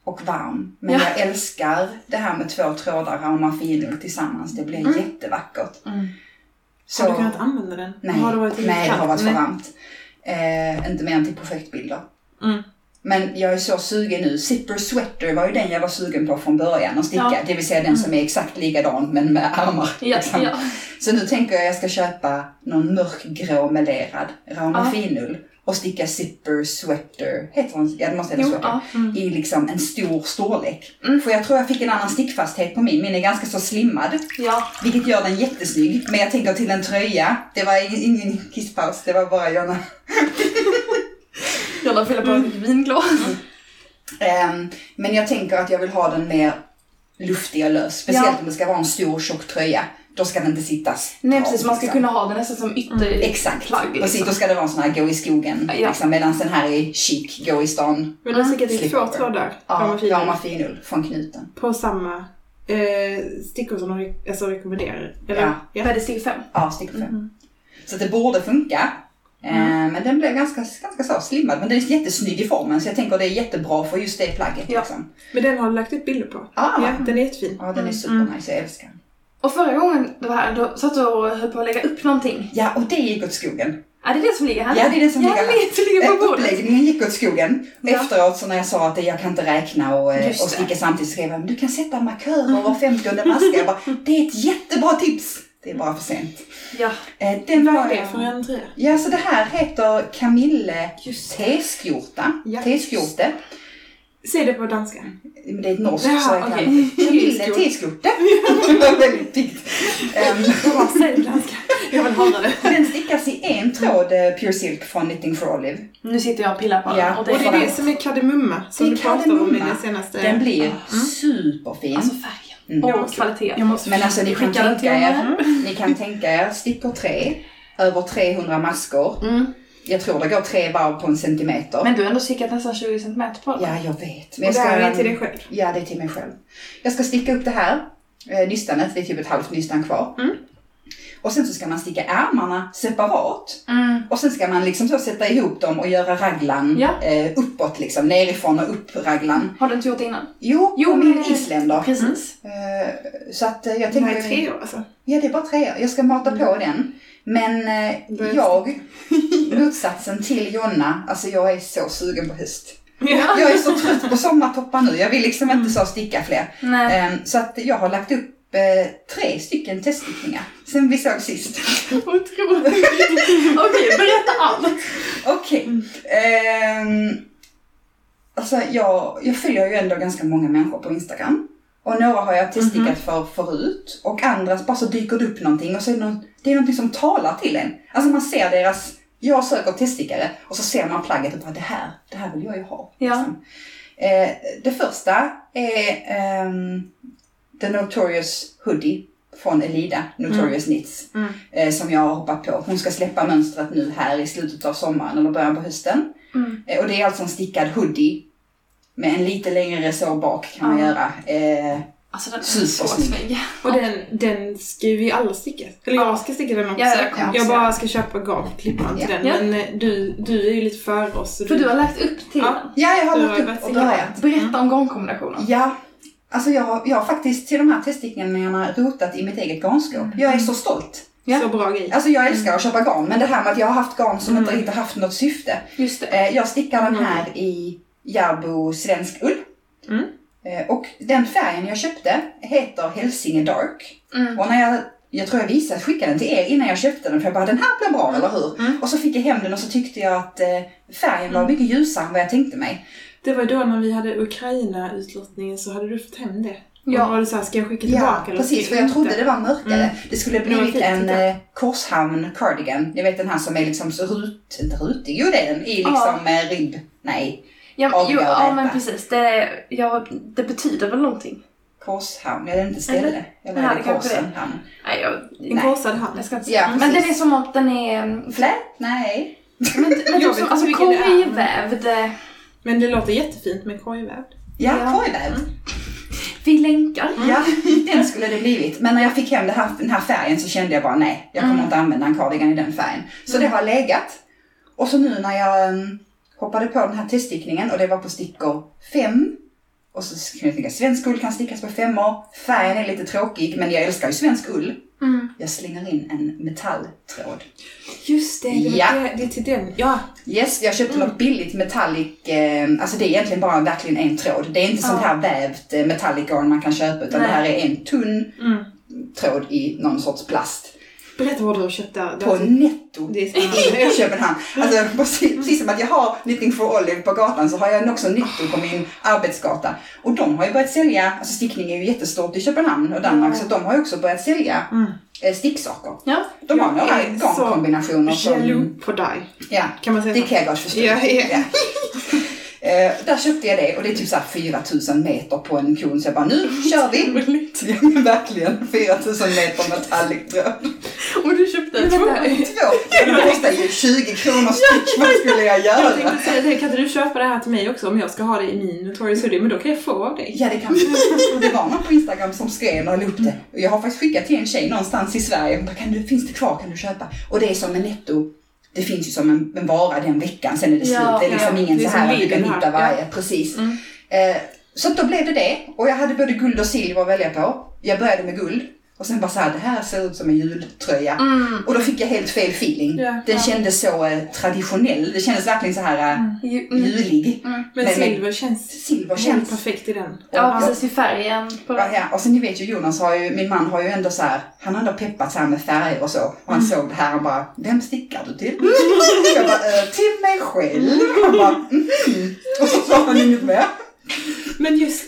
S2: och varm. Men
S3: Ja.
S2: jag älskar det här med två trådar och marfinull tillsammans. Det blir jättevackert.
S3: Eh, mm.
S2: Så,
S1: Mm. Har du kunnat använda den?
S2: nej,
S1: har det varit lite
S2: nej, det har
S1: kallt?
S2: varit för
S1: Nej.
S2: varmt. Eh, inte mer än till projektbilder.
S1: Mm.
S2: Men jag är så sugen nu. Zipper sweater var ju den jag var sugen på från början att sticka.
S3: Ja.
S2: Det vill
S1: Mm.
S2: säga den som är exakt likadan men med armar.
S3: Ja,
S2: liksom.
S3: ja.
S2: Så nu tänker jag jag ska köpa någon mörkgrå melerad ramafinull och sticka zipper sweater, heter den? Ja, det måste heta
S3: Jo,
S2: sweater.
S3: ja. Mm.
S2: I liksom en stor storlek. För jag tror jag fick en annan stickfasthet på min. Min är ganska så slimmad.
S3: ja.
S2: Vilket gör den jättesnygg. Men jag tänker till en tröja. Det var ingen- ingen kisspaus, det var bara Jonna.
S3: Jag la fylla på ett vinglas.
S2: Ehm, men jag tänker att jag vill ha den mer luftig och lös. Speciellt
S3: Ja.
S2: om det ska vara en stor tjock tröja. Då ska den inte sitta
S3: Nej
S2: stram,
S3: precis, man ska
S2: liksom.
S3: kunna ha den nästan som ytter...
S2: Exakt.
S3: plagg,
S2: Precis,
S3: liksom.
S2: då ska det vara en sån här gå i skogen.
S3: Ja.
S2: Liksom, Medan den här är chic, gå i stan.
S1: Men du har stickat i
S2: Mm.
S1: två trådar,
S2: Ja,
S1: ramafinull,
S2: Ramafinull från knuten.
S1: på samma eh, stickor som de re- alltså, rekommenderar. Eller?
S2: Ja.
S3: Vad är det, steg fem?
S2: Ja, sticker fem.
S3: Mm-hmm.
S2: Så att det borde funka. Eh,
S3: Mm.
S2: Men den blev ganska, ganska så slimmad. Men den är jättesnygg i formen så jag tänker det är jättebra för just det plagget.
S3: Ja.
S2: Liksom.
S1: Men den har du lagt ut bilder på.
S2: Ah.
S1: Ja, den är jättefin.
S2: Ja,
S3: Mm-hmm.
S2: den är supernice. Jag älskar den.
S3: Och förra gången du var här, då satt du och höll på att lägga upp någonting.
S2: Ja, och det gick åt skogen.
S3: Är det det som ligger här?
S2: Ja, det är det som
S3: ja,
S2: ligger här.
S3: ligger här. Eh, Ja, det ligger på bordet.
S2: Uppläggningen gick åt skogen.
S3: Ja.
S2: Efteråt så när jag sa att jag kan inte räkna och, eh,
S3: Just
S2: och
S3: det. Mm-hmm.
S2: sticka samtidigt så skrev jag "Men du kan sätta markörer var femtionde maska. Jag bara, det är ett jättebra tips. Det är bara för sent.
S3: Ja.
S2: Eh, Den
S1: Vad
S2: var
S1: är det för en tröja?
S2: Ja, så det här heter Camille
S1: Just
S2: Teskjorta.
S1: Ja.
S2: Teskjorte.
S1: Säg det på danska.
S2: Mm. Men det är ett norskt
S1: Ja,
S2: så jag
S1: okej.
S2: kan... Camille
S1: Teskjorte.
S2: Teskjorte. Det
S1: (laughs)
S2: var (laughs) väldigt piggt. Ehm,
S1: Vad säger du
S2: (laughs)
S1: danska? Jag vill höra det.
S2: Den stickas i en tråd eh, Pure Silk från Knitting for Olive.
S3: Nu sitter jag och pillar på den.
S2: Ja,
S3: Och det
S1: Och
S3: är
S1: det är
S3: bara...
S1: det som är kardemumma, som
S2: Det
S1: du
S2: är
S1: pratade om i
S2: kardemumma.
S1: den senaste... Mm.
S2: Den blir superfin.
S3: Alltså färgen.
S2: Mm.
S1: Jag
S3: Och
S1: måste-
S3: kvaliteten. Mm.
S1: Jag måste...
S2: Men alltså ni kan,
S3: Skicka den till
S2: tänka er,
S3: honom.
S2: (laughs) ni kan tänka er stickor tre, över 300 maskor.
S1: Mm.
S2: Jag tror det går tre varv på en centimeter.
S3: Men du har ändå stickat nästan 20 cm på den.
S2: ja, jag vet. Men
S1: Och
S2: jag
S1: det
S2: ska,
S1: här är till dig själv.
S2: Ja, det är till mig själv. Jag ska sticka upp det här eh, nystanet, det är typ ett halvt nystan kvar.
S3: Mm.
S2: Och sen så ska man sticka ärmarna separat.
S3: Mm.
S2: Och sen ska man liksom så sätta ihop dem och göra raglan
S3: Ja.
S2: eh, uppåt liksom, nerifrån och upp raglan.
S3: Har du inte gjort det innan?
S2: Jo,
S3: Jo,
S2: jo
S3: men-
S2: min isländer.
S3: Precis.
S2: Eh, så att eh, jag
S1: Det
S2: tänker...
S1: här är tre år alltså.
S2: Ja, det är bara tre. Jag ska mata på den. Men eh,
S1: Börja
S2: jag, motsatsen till Jonna, alltså jag är så sugen på höst.
S1: (laughs) Ja.
S2: Jag är så trött på sommartoppar nu. Jag vill liksom inte så sticka fler.
S3: Nej.
S2: Ehm, så att jag har lagt upp eh, tre stycken teststickningar sen vi såg sist.
S3: Otroligt. (laughs) Okej, berätta allt.
S2: Okej. Ehm, alltså jag, jag följer ju ändå ganska många människor på Instagram. Och några har jag testickat för förut. Och andra bara så dyker det upp någonting och så är det, någon, det är någonting som talar till en. Alltså man ser deras, jag söker testickare och så ser man plagget och bara det här, det här vill jag ju ha.
S3: Ja.
S2: Liksom. Eh, det första är ehm, The Notorious Hoodie från Elida, Notorious Knits.
S1: Mm.
S2: Eh, som jag har hoppat på. Hon ska släppa mönstret nu här i slutet av sommaren eller början på hösten.
S3: Mm.
S2: Eh, Och det är alltså en stickad hoodie. Med en lite längre resår bak kan man
S3: Ja.
S2: göra. Eh,
S3: Alltså den är så
S2: Supersnygg.
S3: snygg.
S1: Och den, den ska ju vi alla sticka. Eller jag
S3: Ja.
S1: ska sticka den också.
S3: Ja, jag kommer
S1: jag
S3: också
S1: bara ska köpa garnklippan till
S2: Ja.
S1: den.
S3: Ja.
S1: Men eh, du, du är ju lite före oss. så
S3: För du har lagt upp
S1: Ja.
S3: till den.
S2: ja, jag har
S1: Du
S2: lagt
S1: har
S2: upp och
S1: ju börjat
S2: börjat.
S3: Berätta om gångkombinationen.
S2: Ja, alltså jag har, jag har faktiskt till de här teststickningarna rotat i mitt eget garnskåp. Jag är så stolt.
S3: Ja.
S1: Så bra grej.
S2: Alltså jag älskar att köpa garn, men det här med att jag har haft garn som inte riktigt haft något syfte.
S3: Just det.
S2: Eh, jag stickar den här i Järbo svensk ull.
S1: Mm.
S2: Eh, och den färgen jag köpte heter Hälsinge Dark.
S3: Mm.
S2: Och när jag, jag tror jag visade, skickade den till er innan jag köpte den för jag bara den här blir bra, eller hur? Och så fick jag hem den och så tyckte jag att eh, färgen var mycket ljusare än vad jag tänkte mig.
S1: Det var då när vi hade Ukraina-utlottningen så hade du fått hem det.
S3: Ja.
S1: Och var det såhär, ska jag skicka
S2: Ja,
S1: tillbaka eller
S2: precis.
S1: ska
S2: För jag trodde
S1: inte?
S2: det var mörkare.
S1: Mm.
S2: Det skulle
S1: det var
S2: blivit
S1: fint,
S2: en
S1: tyckte
S2: eh, Korshamn cardigan. Ni vet den här som är liksom så rut, inte rutig, jo det är den, i liksom eh, ribb. Nej,
S3: Ja, men- jo,
S2: avgör
S3: ja
S2: detta.
S3: men precis. Det, är- ja, det betyder väl någonting.
S2: Korshamn, är det inte ställe?
S3: Eller?
S2: Eller
S3: Ja,
S2: är det
S3: det kanske det är.
S2: Korsenhamn?
S3: Nej, jag,
S1: En
S2: Nej.
S1: korsad hand.
S3: jag ska inte
S2: Ja,
S3: säga. men den
S2: precis.
S3: är som att den är...
S2: Flä? Nej.
S3: Men, men
S1: vet
S3: typ
S1: inte
S3: som, alltså
S1: vilken det är.
S3: korgvävd.
S1: Men det låter jättefint med korgväv.
S2: Ja,
S3: Ja.
S2: korgväv.
S3: Vi länkar.
S2: Ja, den skulle det blivit. Men när jag fick hem det här, den här färgen så kände jag bara nej, jag kommer inte använda en cardigan i den färgen. Så det har legat. Och så nu när jag um, hoppade på den här teststickningen och det var på stickor fem. Och så kunde jag tänka, svensk ull kan stickas på femmor. Färgen är lite tråkig, men jag älskar ju svensk ull.
S3: Mm.
S2: Jag slänger in en metalltråd.
S1: Just det, det, var
S2: Ja.
S1: det, det är till den. Ja,
S2: Yes, jag köpte
S1: Mm.
S2: något billigt metallic, eh, alltså det är egentligen bara verkligen en tråd. Det är inte sånt här vävt eh, metallic garn man kan köpa, utan
S3: Nej.
S2: det här är en tunn
S1: Mm.
S2: tråd i någon sorts plast.
S1: berätta vad du har köpt där. Det
S2: på
S1: var- typ-
S2: Netto
S1: Det är Mm.
S2: i
S1: spännande.
S2: Köpenhamn. Alltså, precis, precis som att jag har Knitting for Olive på gatan så har jag också Netto på min arbetsgata. Och de har ju börjat sälja, alltså stickning är ju jättestort i Köpenhamn och Danmark så de har ju också börjat sälja
S1: Mm.
S2: eh, sticksaker.
S3: Ja.
S2: (laughs) De har
S1: Jag
S2: några
S1: är så
S2: garnkombinationer som...
S1: Jaloux på dig,
S2: Ja,
S1: kan man säga
S2: det
S1: så?
S2: kan jag gott förstå.
S1: Ja, ja.
S2: Ja. Eh, där köpte jag det och det är typ såhär 4000 meter på en kon så jag bara nu kör vi! Ja, men verkligen, 4000 meter metallic tråd.
S3: Och du köpte
S1: Men
S3: en
S1: vänta,
S3: två.
S2: två. Det kostar ju 20 kronor styck. Vad skulle jag
S1: Jag
S2: göra?
S1: tänkte säga det, kan inte du köpa det här till mig också om jag ska ha det i min Notorious Hoodie? Men då kan jag få av dig.
S2: Ja, det kan Det var någon på Instagram som skrev när jag la upp det. Och jag har faktiskt skickat till en tjej någonstans i Sverige. Hon bara, kan du, finns det kvar? Kan du köpa? Och det är som en netto. Det finns ju som en, en vara den veckan, sen är det slut.
S3: Ja,
S2: det är liksom
S1: ja.
S2: ingen
S1: Det är
S2: så
S1: som
S2: här att du kan
S1: Lidl här.
S2: hitta varje. Precis.
S1: Mm.
S2: Eh, så att då blev det det. Och jag hade både guld och silver att välja på. Jag började med guld. Och sen bara så här, det här ser ut som en jultröja.
S3: Mm.
S2: Och då fick jag helt fel feeling.
S1: Ja.
S2: Den kändes så eh, traditionell. Det kändes verkligen så här... Eh,
S3: Ju- Mm.
S2: julig.
S3: Mm.
S1: Men
S2: Men- men-
S1: silver känns
S2: Silver
S1: helt
S2: känns...
S1: perfekt i den.
S3: Ja, precis. I färgen på
S2: Ja, ja. Och sen ni vet ju Jonas har ju, min man har ju ändå så här, han har ändå peppat så här med färger och så. Och han
S1: Mm.
S2: såg det här och bara, vem stickar du till? (laughs) Jag bara, "Eh, till mig själv. Han bara, mhm. Och så sa han inget mer.
S1: Men just,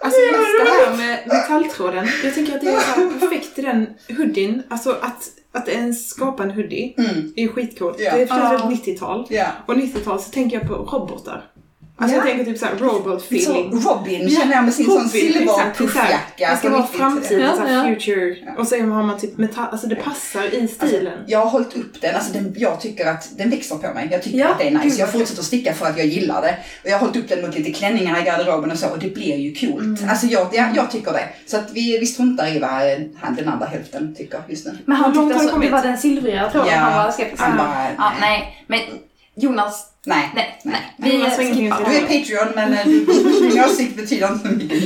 S1: alltså just det här med metalltråden. Jag tycker att det är så här perfekt i den hoodien. Alltså att, att ens skapa en hoodie
S2: Mm.
S1: är skitcoolt.
S2: Ja.
S1: Det känns
S3: Ja.
S1: väldigt 90-tal.
S2: Ja.
S1: Och 90-tal så tänker jag på robotar. Alltså
S2: Ja.
S1: jag tänker typ såhär robot
S2: Lite så
S1: feeling.
S2: Robin känner jag med sin sån
S1: Robin,
S2: silver
S1: exakt, exakt.
S2: puffjacka.
S1: Det ska
S2: på
S1: vara
S2: 90-talet.
S1: framtiden,
S3: Ja,
S1: såhär
S3: ja.
S1: future. Och så har man typ metall, alltså det passar i stilen.
S2: Jag har hållit upp den, alltså den, jag tycker att den växer på mig. Jag tycker
S3: Ja,
S2: att det är nice.
S3: gud, vad
S2: jag fortsätter att sticka för att jag gillar det. Och jag har hållit upp den mot lite klänningar i garderoben och så och det blir ju coolt.
S3: Mm.
S2: Alltså jag, jag, jag tycker det. Så att vi, vi struntar i vad eh, han, den andra hälften tycker just nu.
S3: Men han
S1: Hur långt
S3: tyckte
S1: har
S3: alltså,
S1: det
S3: det
S1: kommit?
S3: var den silvriga tråden.
S2: Ja.
S3: Han var skeptisk.
S2: Han
S3: Ja.
S2: bara,
S3: Ah. ja, nej. Men Jonas,
S2: Nej.
S3: nej, nej.
S1: Nej,
S3: Vi
S1: Jonas har ingenting att
S3: skippar
S2: Du
S1: säga.
S2: är Patreon men eh, din åsikt betyder inte så mycket.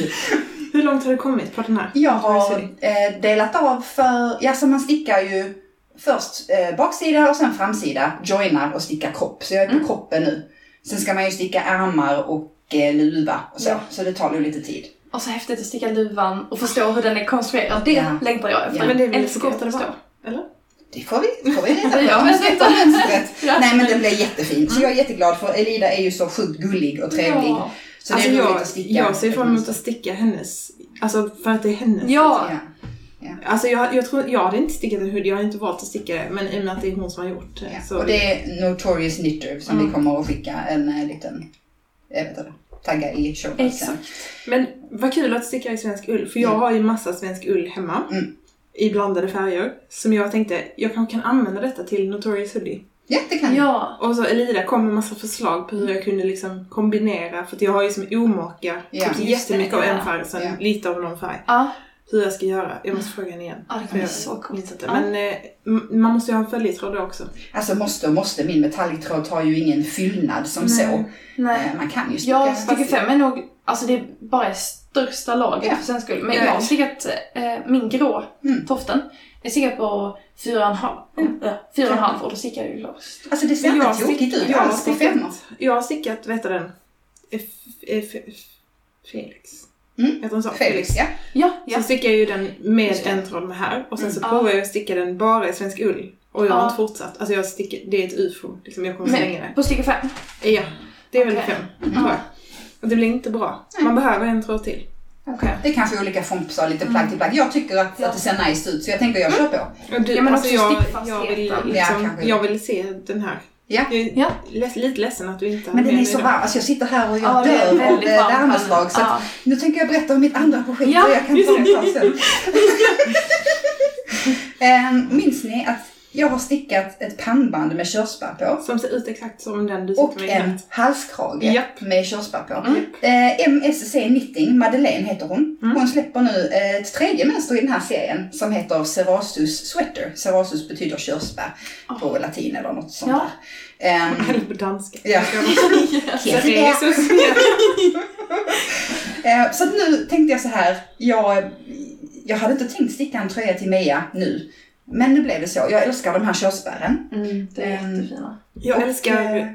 S1: Hur långt har du kommit på den här?
S2: Jag har eh, delat av för, ja så man stickar ju först eh, baksida och sen framsida, joinar och stickar kropp. Så jag är
S3: Mm.
S2: på kroppen nu. Sen ska man ju sticka ärmar och eh, luva och så.
S3: Ja.
S2: Så det tar ju lite tid.
S3: Och så häftigt att sticka luvan och förstå hur den är konstruerad. Det
S2: Ja.
S3: längtar jag efter.
S2: Ja.
S1: Men det är väl så
S3: Älskar
S1: gott det
S3: att
S1: var?
S3: förstå.
S1: Eller?
S2: Det får vi, får vi reda på.
S3: (laughs) Ja, men
S2: Avsnitt
S3: titta.
S2: av mönstret.
S3: (laughs) Ja. Mm.
S2: Nej men det blev jättefint. Så jag är jätteglad för Elida är ju så sjukt gullig och trevlig.
S3: Ja.
S2: Så det
S1: alltså
S2: är roligt
S1: jag,
S2: att sticka.
S1: jag ser fram emot att sticka hennes Alltså för att det är hennes.
S3: Ja.
S1: Alltså jag, jag, tror, jag hade inte stickat en hoodie, jag har inte valt att sticka det. Men i och med att det är hon som har gjort det.
S2: Ja,
S1: Så,
S2: och det är Notorious Knitter som
S3: Mm.
S2: vi kommer att skicka en eh, liten jag vet inte, tagga i show notes sen.
S1: Men vad kul att sticka i svensk ull, för jag
S2: Mm.
S1: har ju massa svensk ull hemma.
S2: Mm.
S1: I blandade färger. Som jag tänkte, jag kanske kan använda detta till Notorious Hoodie.
S2: Ja, det kan ja.
S3: Ja.
S1: Och så Elida kom med massa förslag på hur jag kunde liksom kombinera, för att jag har ju som omaka
S2: Ja.
S1: typ
S2: Just
S1: jättemycket
S3: det,
S1: av
S3: ja.
S1: en färg och sen
S2: Ja.
S1: lite av någon färg.
S3: Ja.
S1: Hur jag ska göra. Jag måste fråga henne igen.
S3: Ja, det
S1: För
S3: kommer bli
S1: jag
S3: så coolt.
S1: minns inte. Men eh, m- man måste ju ha en följetråd då också.
S2: Alltså måste och måste, min metalliktråd tar ju ingen fyllnad som
S1: Nej.
S2: så.
S3: Nej.
S2: Eh, Man kan ju sticka
S3: Jag
S2: fast-
S3: sticker fem är nog, alltså det är bara i största laget
S2: Ja.
S3: för svensk skull. Men
S1: Ja.
S3: jag har stickat eh, min grå
S2: Mm.
S3: toften. Jag stickade på fyra och en halv, ja, fyra och en halv och då stickade jag ju loss.
S2: Alltså det ser
S1: Men
S2: inte
S1: stick-
S2: tokigt ut
S1: Alltså, jag
S2: Alltså,
S1: har
S2: alls på
S1: stickat-
S2: femmor.
S1: Jag har stickat, vet du den? F, F, F, Felix.
S2: Mm.
S1: Heter hon så?
S2: Felix, ja.
S3: Ja,
S1: Så
S3: ja.
S1: stickar jag ju den med
S2: Just det.
S1: en tråd med här och sen så
S3: Mm.
S1: provar jag att sticka den bara i svensk ull. Och jag har
S3: Ja.
S1: inte fortsatt. Alltså jag sticker, det är ett ufo. Liksom jag kommer slänga det.
S3: Men, på sticka fem.
S1: Ja, det är väl
S3: Okej.
S1: fem.
S2: Mm.
S1: tror jag. Och det blir inte bra. Man behöver en tråd till.
S3: Okej.
S2: Det är kanske olika fompsar, lite plagg till plagg. Jag tycker att, att det ser nice ut så jag tänker jag kör på.
S1: Och du,
S3: Ja, men
S1: alltså
S3: också
S1: jag, jag,
S3: stickfastheten.
S1: vill,
S3: Ja,
S1: liksom,
S2: kanske.
S1: jag vill se den här.
S2: Ja.
S1: Jag är
S3: Ja.
S1: less, lite ledsen att du inte har
S2: Men den
S1: med
S2: är
S1: mig
S2: så
S1: idag.
S2: varm, alltså jag sitter här och jag
S3: Mm. Ja, det är
S2: dör av
S3: väldigt
S2: eh,
S3: varmt.
S2: värmeslag. Så att
S3: Ja.
S2: nu tänker jag berätta om mitt andra projekt
S3: Ja.
S2: och jag kan ta det sen. (laughs) Ehm, Minns ni att jag har stickat ett pannband med körspärr på?
S1: Som ser ut exakt som den du sitter
S2: Och
S1: med
S2: en
S1: en.
S2: halskrage
S1: Japp.
S2: med körspärr på.
S3: Mm.
S2: Eh, MSC Knitting, Madeleine heter hon.
S1: Mm.
S2: Hon släpper nu eh, ett tredje mönster i den här serien som heter Cerasus Sweater. Cerasus betyder körsbär
S1: Ah.
S2: på latin eller något sånt
S3: Ja.
S2: där.
S1: (laughs)
S2: Ehm,
S1: Eller på danska.
S2: ja. (laughs)
S1: Therese.
S2: Eh, Så att nu tänkte jag så här, jag, jag hade inte tänkt sticka en tröja till Mia nu. Men nu blev det så. Jag älskar de här körsbären.
S3: Mm, det är
S2: Mm.
S3: jättefina.
S1: Jag
S2: Och, eh,
S1: älskar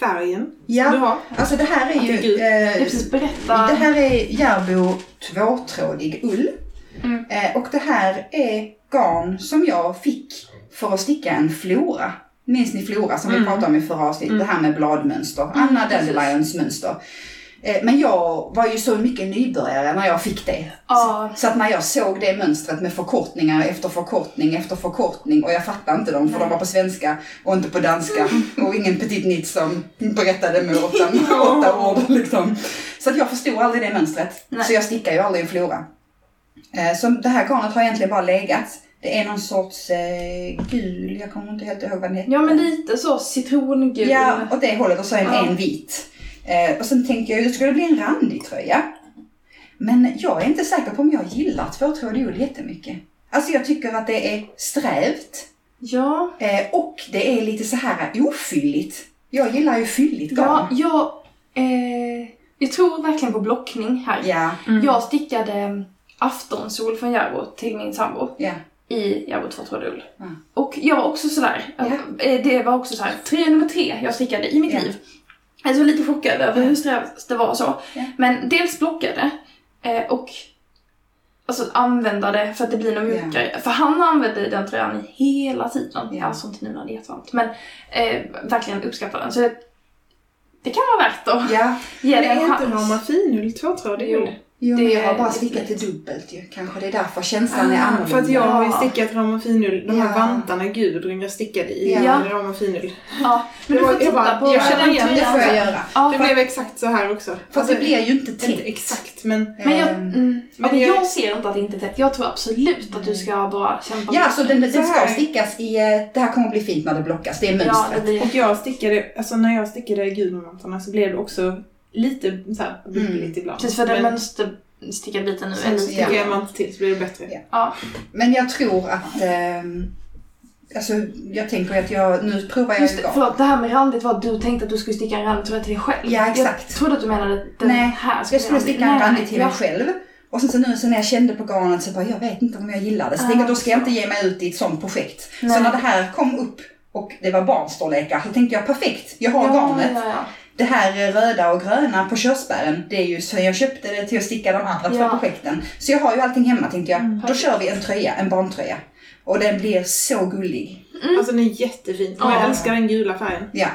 S1: färgen du
S2: Ja,
S1: har.
S2: alltså det här är
S1: Att det är
S2: ju...
S1: gult.
S2: eh,
S3: Jag precis berätta.
S2: det här är Järbo tvåtrådig ull.
S3: Mm.
S2: Eh, Och det här är garn som jag fick för att sticka en flora. Minns ni flora som vi
S1: Mm.
S2: pratade om i förra avsnittet? Det här med bladmönster. Anna
S3: precis.
S2: Dandelions mönster. Eh, Men jag var ju så mycket nybörjare när jag fick det.
S3: Ja.
S2: Så att när jag såg det mönstret med förkortningar efter förkortning efter förkortning och jag fattade inte dem för de var på svenska och inte på danska
S3: Mm.
S2: och ingen petit nit som berättade med åtta,
S3: (laughs)
S2: åtta ord liksom. Så att jag förstod aldrig det mönstret.
S3: Nej.
S2: Så jag stickar ju aldrig en flora. Eh, Så det här garnet har egentligen bara legat. Det är någon sorts eh, gul, jag kommer inte helt ihåg vad den heter.
S3: ja, men lite så citrongul.
S2: Ja, åt det hållet och så en,
S3: Ja.
S2: en vit. Eh, och sen tänkte jag ju, skulle det bli en randig tröja? Men jag är inte säker på om jag gillar tvåtrådig ull jättemycket. Alltså jag tycker att det är strävt
S3: Ja.
S2: eh, och det är lite så här ofylligt. Jag gillar ju fylligt
S3: Ja,
S2: garn.
S3: jag, eh, jag tror verkligen på blockning här.
S2: Ja,
S1: Mm.
S3: Jag stickade mm, aftonsol från Järbo till min sambo
S2: ja,
S3: i Järbo 2 ull.
S2: Ja.
S3: Och jag var också sådär,
S2: Ja.
S3: eh, det var också såhär, tre nummer tre jag stickade i mitt
S2: Ja.
S3: liv. Jag var lite chockad över hur strävt det var och så.
S2: Ja.
S3: Men dels blockade eh, och alltså att använda det för att det blir något
S2: Ja.
S3: mjukare. För han använde den tröjan hela tiden.
S2: Ja.
S3: Alltså inte nu när det är jättevarmt. Men eh, verkligen uppskattar den. Så det, det kan vara värt att
S2: ja.
S3: ge
S1: Men
S3: den
S1: är
S3: en
S1: inte Norma
S3: chans.
S1: finull tvåtrådig
S3: Jo.
S1: ull?
S2: Jo, men
S3: Det
S2: jag har
S3: är
S2: bara
S3: lite
S2: stickat det
S3: lätt.
S2: dubbelt ju. Kanske det är därför känslan är
S1: Ah,
S2: annorlunda.
S1: för att jag har ju
S3: Ja.
S1: stickat ramafinull, de här
S2: Ja.
S1: vantarna Gudrun jag stickade i
S2: Ja.
S1: ja. ramafinull.
S3: Ja, men
S1: Det
S3: du
S1: var-
S3: får
S1: jag
S3: titta
S1: bara-
S3: på
S1: jag
S3: den
S1: känner igen
S2: Det får jag
S3: tröjan.
S2: göra.
S3: Ja,
S1: Det
S3: för-
S1: blev exakt så här också.
S2: För att det
S1: Alltså,
S2: blir ju inte tätt.
S1: inte exakt men
S3: Men jag,
S2: Eh,
S3: mm, ja, men
S1: men jag-
S3: jag ser inte att det inte är tätt. Jag tror absolut att du ska bara kämpa
S2: Mm. Ja, alltså, så den, den
S1: Så
S2: ska
S1: här.
S2: stickas i... eh, Det här kommer bli fint när det blockas. Det är
S3: Ja, det
S2: mönstret.
S3: blir...
S1: Och jag stickade, alltså när jag stickade gudmammantarna så blev det också lite såhär bubbligt ibland.
S3: Precis, för den
S1: Men
S3: mönsterstickade biten nu är
S1: sen så
S3: lite...
S2: Ja.
S1: stickade jag en mant till så blev det bättre.
S2: Ja.
S3: Ja.
S2: Men jag tror att... ehm, alltså, jag tänker att jag... Nu provar jag
S3: Just
S2: ju
S3: det,
S2: garn.
S3: förlåt, det här med randigt var att du tänkte att du skulle sticka en randig tröja till dig själv.
S2: Ja, exakt.
S3: Jag trodde att du menade att den
S2: Nej,
S3: här
S2: Så jag skulle
S3: bli
S2: sticka en
S3: Nej,
S2: randig till
S3: ja.
S2: mig själv. Och sen så nu så när jag kände på garnet så bara, jag vet inte om jag gillar det. Så
S3: Ah,
S2: tänkte jag, då ska jag
S3: så.
S2: inte ge mig ut i ett sånt projekt. Så
S3: Nej.
S2: när det här kom upp och det var barnstorlekar så tänkte jag, perfekt, jag har garnet.
S3: Ja, ja,
S2: Det här röda och gröna på körsbären, det är ju så jag köpte det till att sticka de andra
S3: Ja.
S2: två projekten. Så jag har ju allting hemma tänkte jag. Då kör vi en tröja, en barntröja. Och den blir så gullig.
S1: Alltså den är jättefin. Och
S3: Ja.
S1: jag älskar den gula färgen.
S2: Ja.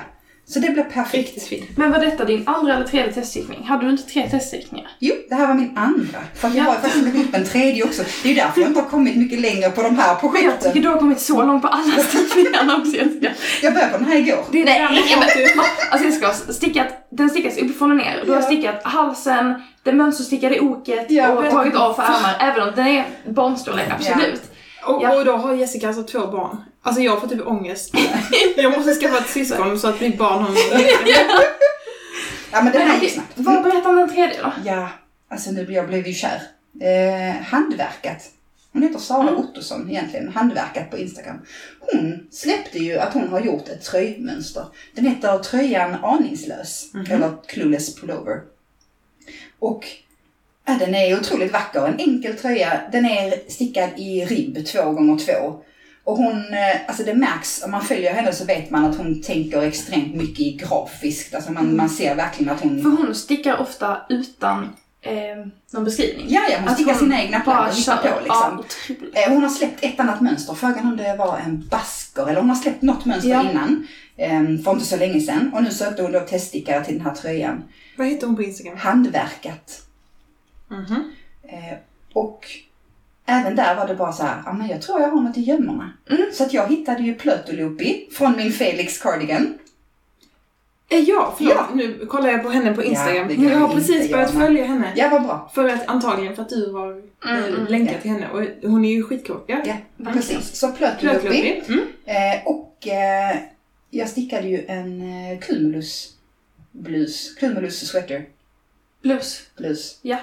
S2: Så det blir perfekt.
S1: Riktigt fint.
S3: Men var detta din andra eller tredje teststickning? Hade du inte tre teststickningar?
S2: Jo, det här var min andra. För att jag
S3: Ja.
S2: har faktiskt lagt upp en tredje också. Det är ju därför jag inte har kommit mycket längre på de här
S3: Men jag tycker
S2: projekten.
S3: du har kommit så långt på alla stickningarna också Jessica.
S2: Jag började på den här igår.
S3: Det är
S1: Nej,
S3: den
S1: jag vet inte.
S3: Alltså Jessica har stickat, den stickas uppifrån och ner. Du har
S1: Ja.
S3: stickat halsen, det mönsterstickade oket
S1: Ja,
S3: och
S1: men-
S3: tagit av för armar. Även om den är barnstorlek, absolut.
S1: Och,
S3: Ja.
S1: och då har Jessica alltså två barn. Alltså jag får typ ångest. (laughs) jag måste skaffa ett syskon så att mitt barn har
S2: Ja, men det
S3: Men
S2: här gick
S3: okej,
S2: snabbt.
S3: vad berättar om den tredje då?
S2: Ja, alltså nu blir jag blev ju kär. Eh, handverkat. Hon heter Sara Ottosson egentligen, Handverkat på Instagram. Hon släppte ju att hon har gjort ett tröjmönster. Den heter tröjan aningslös, eller clueless pullover. Och ja, den är otroligt vacker, en enkel tröja. Den är stickad i ribb, två gånger två. Och hon, eh, alltså det märks, om man följer henne så vet man att hon tänker extremt mycket i grafiskt. Alltså man, man ser verkligen att hon...
S3: För hon stickar ofta utan eh, någon beskrivning.
S2: Ja, ja, hon
S3: Att
S2: stickar
S3: hon
S2: sina egna plagg
S3: bara
S2: och hittar
S3: kör.
S2: på liksom.
S3: Ja, otroligt.
S2: Eh, Hon har släppt ett annat mönster, frågan om det var en basker eller hon har släppt något mönster
S3: Ja.
S2: innan. eh, För inte så länge sedan. Och nu sökte hon då teststickare till den här tröjan.
S1: Vad heter hon på Instagram?
S2: Handverkat.
S1: Mhm.
S2: Eh, Och även där var det bara så här, "Ah, men jag tror jag har något i gömmorna.
S3: Mm.
S2: Så att jag hittade ju Plötulupi från min Felix Cardigan.
S1: Eh, Ja, förlåt.
S2: Ja.
S1: Nu kollar jag på henne på
S2: Ja,
S1: Instagram.
S2: det kan
S1: jag har
S2: vi
S1: precis
S2: inte
S1: börjat
S2: göra.
S1: följa henne.
S2: Ja, vad bra.
S1: För att, antagligen för att du har eh,
S3: Mm, mm.
S1: länkat
S2: Ja.
S1: till henne. Och hon är ju skitkåt. Ja.
S2: Ja,
S3: Verkligen.
S2: precis. Så Plötulupi.
S1: Klöklubbig. Mm.
S2: Eh, och eh, jag stickade ju en eh, Cumulus blus, Cumulus sweater
S3: Blus.
S2: blus.
S3: Ja.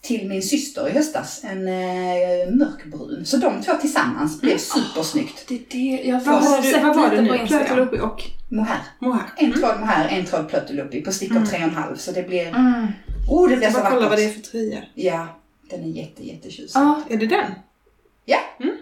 S2: Till min syster i höstas, en eh, mörkbrun. Så de två tillsammans blev supersnyggt.
S3: Det är det jag
S1: Vad,
S3: har
S1: var du,
S3: sett
S1: vad var det
S3: lite på
S1: nu?
S3: Instagram.
S1: Klöklubbig och
S2: Mohair.
S1: mohair.
S2: En tråd mohair, en tråd plötuluppi på stickor tre och en halv. Så det blir...
S3: Mm.
S2: Oh, det blir
S1: Jag
S2: så
S1: Mm. ska bara kolla vad det är
S2: vackert.
S1: för tröja.
S2: Ja, den är jätte, jättetjusig.
S3: Ja,
S1: Är det den?
S2: (laughs)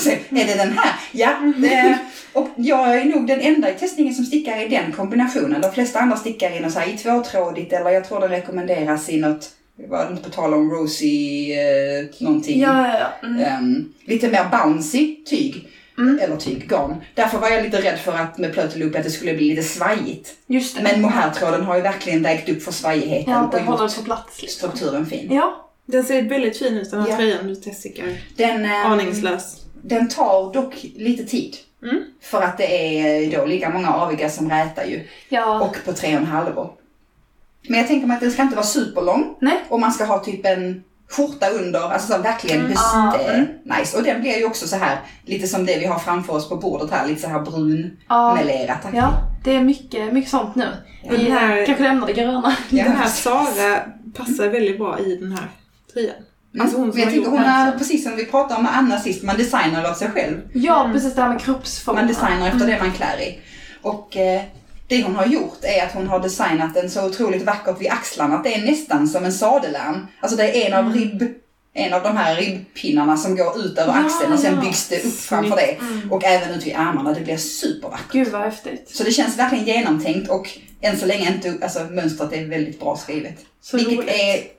S2: Så, är det den här? Ja.
S1: Mm.
S2: Det, och jag är nog den enda i testningen som stickar i den kombinationen. De flesta andra stickar i något så här i tvåtrådigt eller jag tror den rekommenderas i något, var det inte på tal om Rosie eh, någonting?
S3: ja, ja. ja. Mm.
S2: Ehm, lite mer bouncy tyg.
S3: Mm.
S2: Eller tyg, garn. Därför var jag lite rädd för att med plöteloop att det skulle bli lite svajigt.
S3: Just det.
S2: Men mohairtråden har ju verkligen vägt upp för svajigheten
S3: ja,
S2: och
S3: den
S2: gjort
S3: håller på plats liksom.
S2: strukturen fin.
S3: Ja.
S1: Den ser väldigt fin ut den här
S2: Ja.
S1: tröjan du teststickar.
S2: Den, ehm,
S1: Aningslös.
S2: den tar dock lite tid.
S1: Mm.
S2: För att det är då lika många aviga som rätar ju.
S3: Ja.
S2: Och på tre och en halvor. Men jag tänker mig att den ska inte vara superlång.
S3: Nej.
S2: Och man ska ha typ en skjorta under, alltså så verkligen
S1: Mm.
S2: höst,
S3: Ah,
S2: eh,
S3: mm.
S2: nice. Och den blir ju också så här, lite som det vi har framför oss på bordet här, lite så här Mm. brun
S3: Ja.
S2: melerat.
S3: Ja, det är mycket, mycket sånt nu.
S1: Men
S3: Vi
S1: den här-
S3: kanske lämnar det gröna.
S2: Ja,
S1: Den här
S2: precis.
S1: Sara passar väldigt bra i den här tröjan.
S2: Mm.
S1: Alltså hon som
S2: Men jag
S1: har
S2: tycker
S1: gjort
S2: hon
S1: den
S2: är,
S1: så.
S2: precis som vi pratade om med Anna sist, man designar åt sig själv.
S3: Ja, precis det här med kroppsformen.
S2: Man designar
S1: Mm.
S2: efter det man klär i. Och eh, det hon har gjort är att hon har designat den så otroligt vackert vid axlarna att det är nästan som en sadelärm. Alltså det är en
S1: Mm.
S2: av ribb, en av de här ribbpinnarna som går ut över
S3: Ja,
S2: axeln och sen
S3: ja.
S2: byggs det upp framför det.
S1: Mm.
S2: Och även ut vid armarna, det blir supervackert.
S3: Gud vad häftigt.
S2: Så det känns verkligen genomtänkt och än så länge inte, alltså mönstret är väldigt bra skrivet.
S3: Så
S2: Vilket
S3: roligt.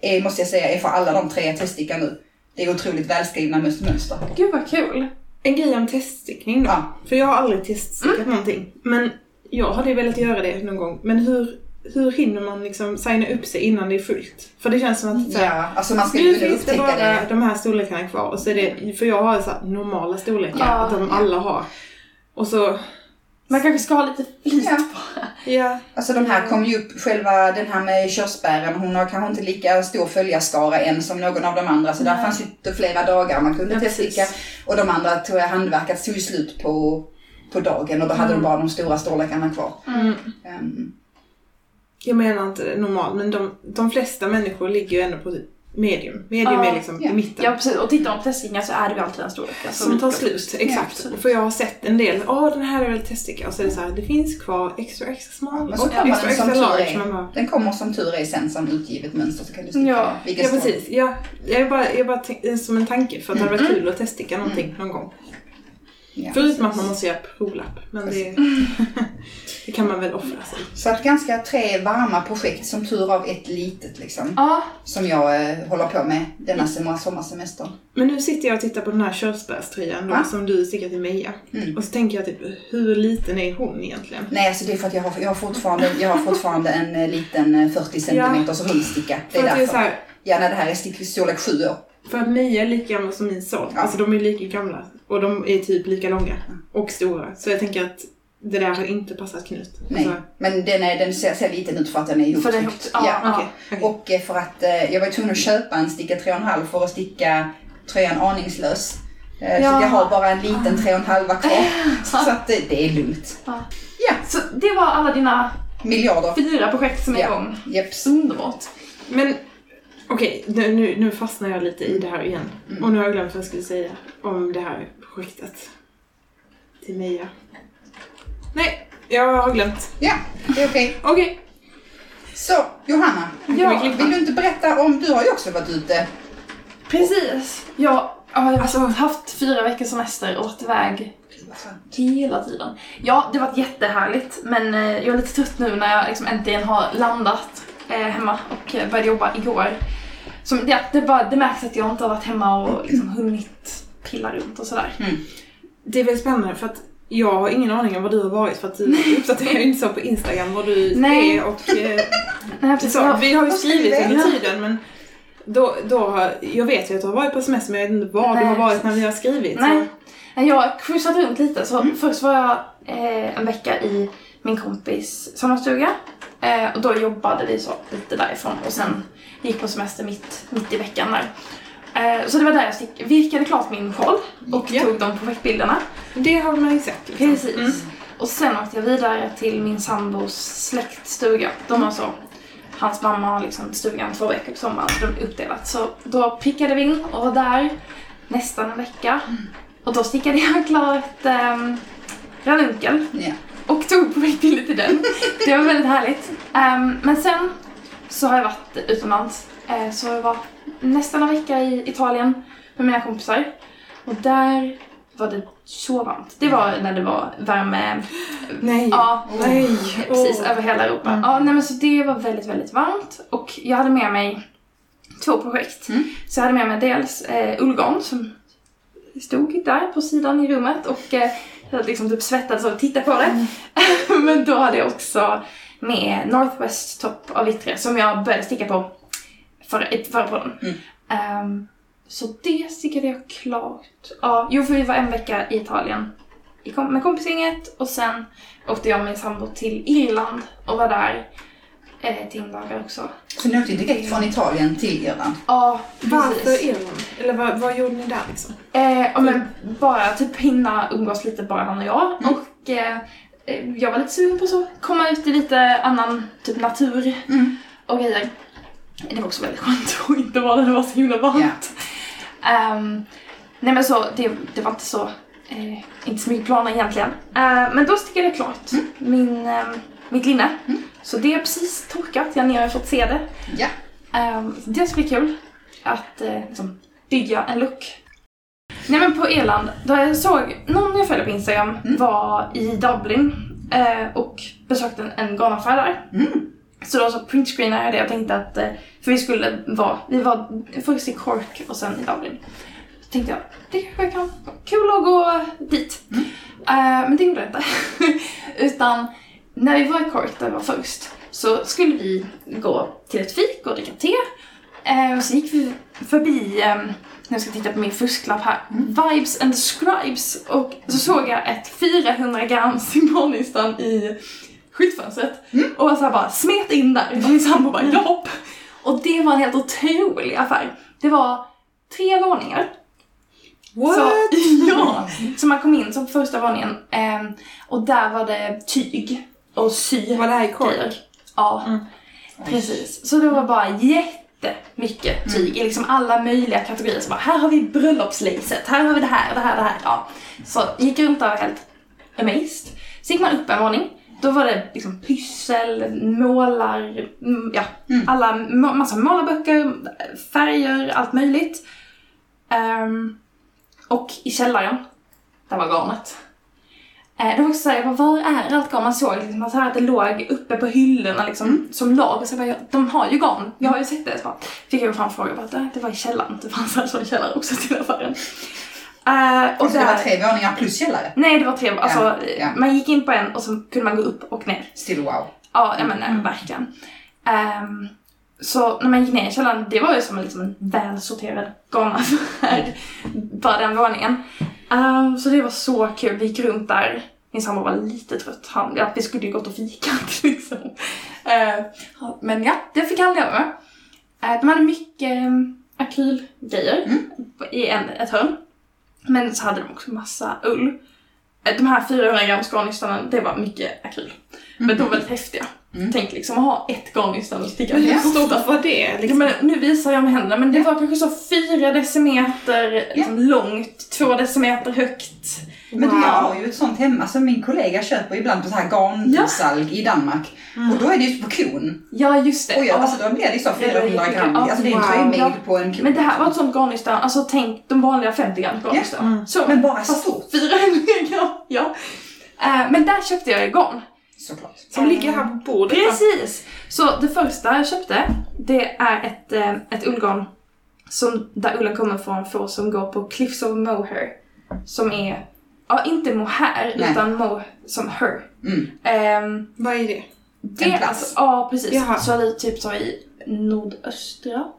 S2: är, är, måste jag säga, är för alla de tre teststickarna nu. Det är otroligt välskrivna mönst- mönster.
S3: Gud vad kul.
S1: En grej om teststickning då.
S2: Ja.
S1: För jag har aldrig teststickat någonting. Men jag hade ju velat göra det någon gång. Men hur, hur hinner man liksom signa upp sig innan det är fullt? För det känns som att så här,
S2: Ja, alltså man ska ju
S1: nu
S2: kunna
S1: finns det
S2: upptäcka
S1: bara
S2: det.
S1: de här storlekarna kvar. Och så är det, för jag har så här normala storlekar
S3: Ja.
S1: som alla har. Och så,
S3: Man kanske ska ha lite flyt
S2: Ja.
S3: bara.
S1: ja.
S2: Alltså de här kom ju upp, själva den här med körsbären, hon har kanske inte lika stor följarskara än som någon av de andra. Så där fanns ju inte flera dagar man kunde
S1: Ja, precis.
S2: teststicka. Och de andra tror jag handverkat tog ju slut på, på dagen och då
S1: Mm.
S2: hade de bara de stora storlekarna kvar. Ehm,
S1: Jag menar inte normal, men de, de flesta människor ligger ju ändå på typ medium. Medium
S3: Ja,
S1: är liksom
S2: ja.
S1: i mitten.
S3: Ja, precis. Och tittar man på testringar så är det ju alltid den storleken
S1: Som tar slut, exakt.
S3: absolut.
S1: För jag har sett en del, åh den här är väl teststicka och så är det så här, det finns kvar extra extra smal
S2: men så
S1: och
S2: kommer
S1: extra
S2: den som
S1: extra
S2: tur
S1: large. Man
S2: är.
S1: bara,
S2: Den kommer som tur är sen som utgivet mönster så kan du sticka
S3: Ja,
S2: vilken
S1: ja
S2: storlek.
S1: precis, ja, jag bara, jag bara tänk, eh, som en tanke för att det hade varit kul att teststicka någonting någon gång.
S2: Mm. Ja,
S1: Förutom att
S2: precis.
S1: man måste göra provlapp. Men det, (laughs) det kan man väl offra sig.
S2: Så att ganska tre varma projekt, som tur av ett litet liksom.
S3: Ja,
S2: Som jag eh, håller på med
S1: Mm.
S2: denna sem- sommarsemestern.
S1: Men nu sitter jag och tittar på den här körsbärströjan då,
S2: Va?
S1: som du stickar till Meja.
S2: Mm.
S1: Och så tänker jag typ, hur liten är hon egentligen?
S2: Nej, alltså det är för att jag har, jag har, fortfarande, jag har fortfarande en eh, liten eh, 40 centimeters rundsticka. Det
S1: För
S2: är
S1: att, det är så
S2: därför.
S1: här,
S2: Ja, när det här är stick storlek 7 år.
S1: för att Meja är lika gammal som min son.
S2: Ja.
S1: Alltså de är lika gamla. Och de är typ lika långa. Och stora. Så jag tänker att det där har inte passat Knut.
S2: Nej,
S1: Alltså,
S2: men den, är, den ser, ser liten ut för att den är
S3: för det är
S2: ihoptryckt.
S3: högt. Ja,
S1: okej. okej.
S2: Och eh, för att eh, jag var tvungen att köpa en sticka 3,5 för att sticka tröjan aningslös. Eh, Så
S3: Ja.
S2: att jag har bara en liten 3,5
S3: (laughs)
S2: kvar. Så att eh, det är lugnt.
S3: ja.
S2: Ja,
S3: Så det var alla dina
S2: miljarder.
S3: fyra projekt som är
S2: Ja.
S3: igång.
S2: Japp.
S3: Underbart.
S1: Men okej, nu- nu, nu fastnar jag lite i det här igen.
S3: Mm.
S1: Och nu har jag glömt vad jag skulle säga om det här projektet. Till Meja. Nej, jag har glömt.
S2: Ja, det är okej.
S1: Okej.
S2: Så, Johanna.
S3: Ja.
S2: Vill du inte berätta om, du har ju också varit ute.
S3: Precis. Jag har alltså, haft fyra veckors semester och varit iväg hela tiden. Ja, det har varit jättehärligt men eh, jag är lite trött nu när jag liksom äntligen har landat eh, hemma och eh, började jobba igår. Så det, det, bara, det märks att jag inte har varit hemma och liksom hunnit pilla runt och sådär.
S1: Det är väl spännande för att jag har ingen aning om vad du har varit för att du uppdaterar ju inte så på Instagram vad du
S3: Nej.
S1: är och
S3: (laughs)
S1: eh,
S3: Nej, precis.
S1: så.
S3: Jag,
S1: Vi har ju
S2: Vad ska vi
S1: skrivit under
S3: veta?
S1: tiden men då, då har, jag vet ju att du har varit på semester men jag vet inte var du har
S3: Nej,
S1: varit när vi har skrivit.
S3: nej, nej, jag har cruisat runt lite. Så Först var jag eh, en vecka i min kompis sommarstuga eh, och då jobbade vi så lite därifrån och sen gick på semester mitt, mitt i veckan där. Eh, så det var där jag stick, virkade klart min sjal och
S1: Ja.
S3: tog de projektbilderna.
S1: Så det har man ju sett. Liksom.
S3: Precis. Mm. Och sen åkte jag vidare till min sambos släktstuga. De har så, hans mamma har liksom stugan två veckor på sommaren, så de är uppdelat. Så då pickade vi in och var där nästan en vecka. Och då stickade jag klart um, ranunkel
S2: Ja.
S3: och tog på mig bilder till den. Det var väldigt härligt. Ehm, men sen så har jag varit utomlands. Eh, så jag var nästan en vecka i Italien med mina kompisar. Och där var det så varmt. Det var när det var värme.
S1: Nej.
S3: Ja,
S1: Nej.
S3: (laughs) precis.
S1: Åh.
S3: Över hela Europa.
S2: Mm.
S3: Ja, nej, men så det var väldigt, väldigt varmt. Och jag hade med mig två projekt.
S2: Mm.
S3: Så jag hade med mig dels eh, ullgarn som stod där på sidan i rummet och eh, jag liksom typ svettades av att titta på det.
S2: Mm.
S3: (laughs) Men då hade jag också med Northwest Top av Vittre som jag började sticka på förra, i förra podden.
S2: Mm.
S3: Ehm, så det stickade jag klart. Ja, jo, för vi var en vecka i Italien i kom- med kompisgänget och sen åkte jag och min sambo till Irland och var där eh, till dagar också.
S2: Så ni åkte direkt från Italien till Irland.
S3: Ja,
S1: Varför
S3: precis.
S1: Irland? Eller vad, vad gjorde ni där liksom?
S3: Eh, ja, men bara typ hinna umgås lite bara han och jag.
S2: Mm.
S3: Och eh, eh, jag var lite sugen på så, komma ut i lite annan typ natur
S2: Mm.
S3: och grejer. Det var också väldigt skönt att inte vara där det var så himla varmt.
S2: Ja.
S3: Ehm, nej men så, det, det var inte så, eh, inte så mycket planer egentligen. Eh, men då stickade jag klart
S2: Mm.
S3: min, ehm, mitt linne. Så det är precis torkat, jag har nere fått se det.
S2: Ja.
S3: Um, det ska bli kul att eh, liksom, bygga en look. Nej men på Irland, där jag såg någon jag följer på Instagram var i Dublin eh, och besökte en, en garnaffär där.
S2: Mm.
S3: Så då så printscreenade jag det och tänkte att, eh, för vi skulle vara, vi var först i Cork och sen i Dublin. Så tänkte jag, det kanske kan vara kul att gå dit. Eh, men det gjorde jag inte. (laughs) Utan när vi var i Cork, där vi var först, så skulle vi gå till ett fik och dricka te. Eh, och så gick vi förbi, eh, nu ska jag titta på min fusklapp här, Vibes and Scribes. Och så såg jag ett 400 (laughs) grams garnnystan i skyltfönstret. Och var så här bara smet in där. Och min sambo bara japp. Och det var en helt otrolig affär. Det var tre våningar. Så, (laughs) ja, så man kom in så på första våningen ehm, och där var det tyg och sy.
S1: Var det här i Cork?
S3: grejer. Ja, precis. Så det var bara jättemycket tyg i liksom alla möjliga kategorier. Så bara, här har vi bröllopslacet, här har vi det här, det här, det här. Ja. Så gick runt där och var helt amazed. Så gick man upp en våning. Då var det liksom pyssel, målar, mm, ja, alla, ma- massa målarböcker, färger, allt möjligt. Ehm, och i källaren Där var garnet. Eh, Det var också såhär, jag bara, var är allt garn? Man såg liksom, man såg att det låg uppe på hyllorna liksom,
S2: Mm.
S3: som lager. Så jag bara, "Ja, de har ju garn. Jag har ju sett det. Så bara, fick jag ju fram frågan, bara, "Nej, det var i källaren. Det fanns alltså en källare också till affären. Eh,
S2: Och det
S3: där-
S2: var tre våningar plus källare.
S3: Nej, det var tre. Alltså,
S2: Ja, ja.
S3: Man gick in på en och så kunde man gå upp och ner.
S2: Still wow.
S3: Ja, ja men nej, verkligen. Ehm, så när man gick ner i källaren, det var ju som en, liksom en välsorterad garnaffär. Bara den våningen. Ehm, så det var så kul. Vi gick runt där. Min sambo var lite trött. Han, ja, vi skulle ju gått och fikat (laughs) liksom. Ehm, ja, men ja, det fick han leva med. Eh, De hade mycket ehm, akrylgrejer i en, ett hörn. Men så hade de också massa ull. Eh, De här 400 grams garnnystan, det var mycket akryl. Men de var väldigt häftiga. Tänk liksom att ha ett garnnystan och sticka
S1: Hur
S3: ja.
S1: stort var det?
S3: Ja,
S1: Liksom?
S3: men nu visar jag med händerna, men det var kanske så fyra decimeter liksom, långt, två decimeter högt.
S2: Men du,
S1: Wow.
S2: jag har ju ett sånt hemma som min kollega köper ibland på så här garnsalg i Danmark. Och då är det ju på kon.
S3: Ja, just det.
S2: Och jag,
S3: Ja.
S2: alltså, då blir det så
S3: Ja, det är
S2: 400
S3: mycket.
S2: gram.
S3: Ja,
S2: Alltså det är en
S1: wow.
S2: tröjmil
S3: Ja.
S2: på en kon.
S3: Men det här var ett sånt garnnystan, alltså tänk de vanliga 50 grams garnnystan.
S2: Ja. Mm.
S3: Så,
S2: Men bara stort.
S3: 400 gram, ja. Eh, men där köpte jag garn.
S2: Såklart.
S1: Som ligger här på bordet. va?
S3: Precis! Så det första jag köpte, det är ett, eh, ett ullgarn som, där ullen kommer från får som går på Cliffs of Moher. Som är, ja inte mohair,
S2: Nej.
S3: utan mo som her.
S2: Mm.
S3: Ehm,
S1: Vad är det?
S3: det
S2: En
S3: är
S2: plats.
S3: alltså, ja precis.
S1: Jaha.
S3: Så det är typ så i nordöstra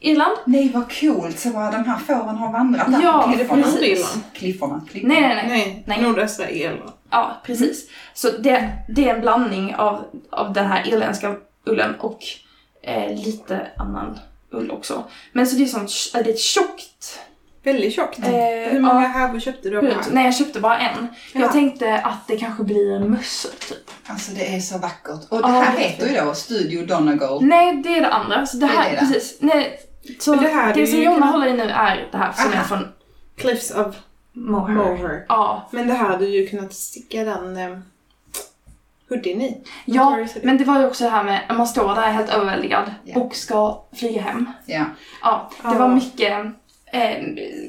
S3: Irland.
S2: Nej vad coolt, så vad de här fåren har vandrat där
S3: Ja,
S2: på klipporna.
S1: precis.
S2: Klipporna. klipporna.
S3: Nej, nej, nej.
S1: Nej,
S3: Nej.
S1: nordöstra Irland.
S3: Ja, precis. Så det, det är en blandning av, av den här irländska ullen och eh, lite annan ull också. Men så det är, sånt, det är ett tjockt
S1: Väldigt tjockt.
S3: Eh,
S1: Hur många
S3: ja.
S1: härvor köpte du av det
S3: Ut.
S1: här?
S3: Nej, jag köpte bara en.
S1: Ja.
S3: Jag tänkte att det kanske blir en mössa typ.
S2: Alltså det är så vackert. Och det
S3: Ja,
S2: här
S3: det är
S2: heter ju då Studio Donegal.
S3: Nej, det är det andra. Så det
S2: Det är
S3: här,
S2: det.
S3: precis. Nej, så
S1: Men
S3: det,
S1: det här är
S3: som
S1: ju-
S3: Jonna håller i nu är det här som
S2: Aha.
S3: är från
S1: Cliffs of
S3: Moher.
S1: Moher.
S3: Ja,
S1: Men det här hade ju kunnat sticka den eh, hoodien i.
S3: ja,
S1: Sorry, så-
S3: men det var ju också det här med att man står där helt överväldigad
S2: Ja.
S3: och ska flyga hem.
S2: Ja.
S3: Ja, det
S1: Ja. Mm.
S3: var mycket eh,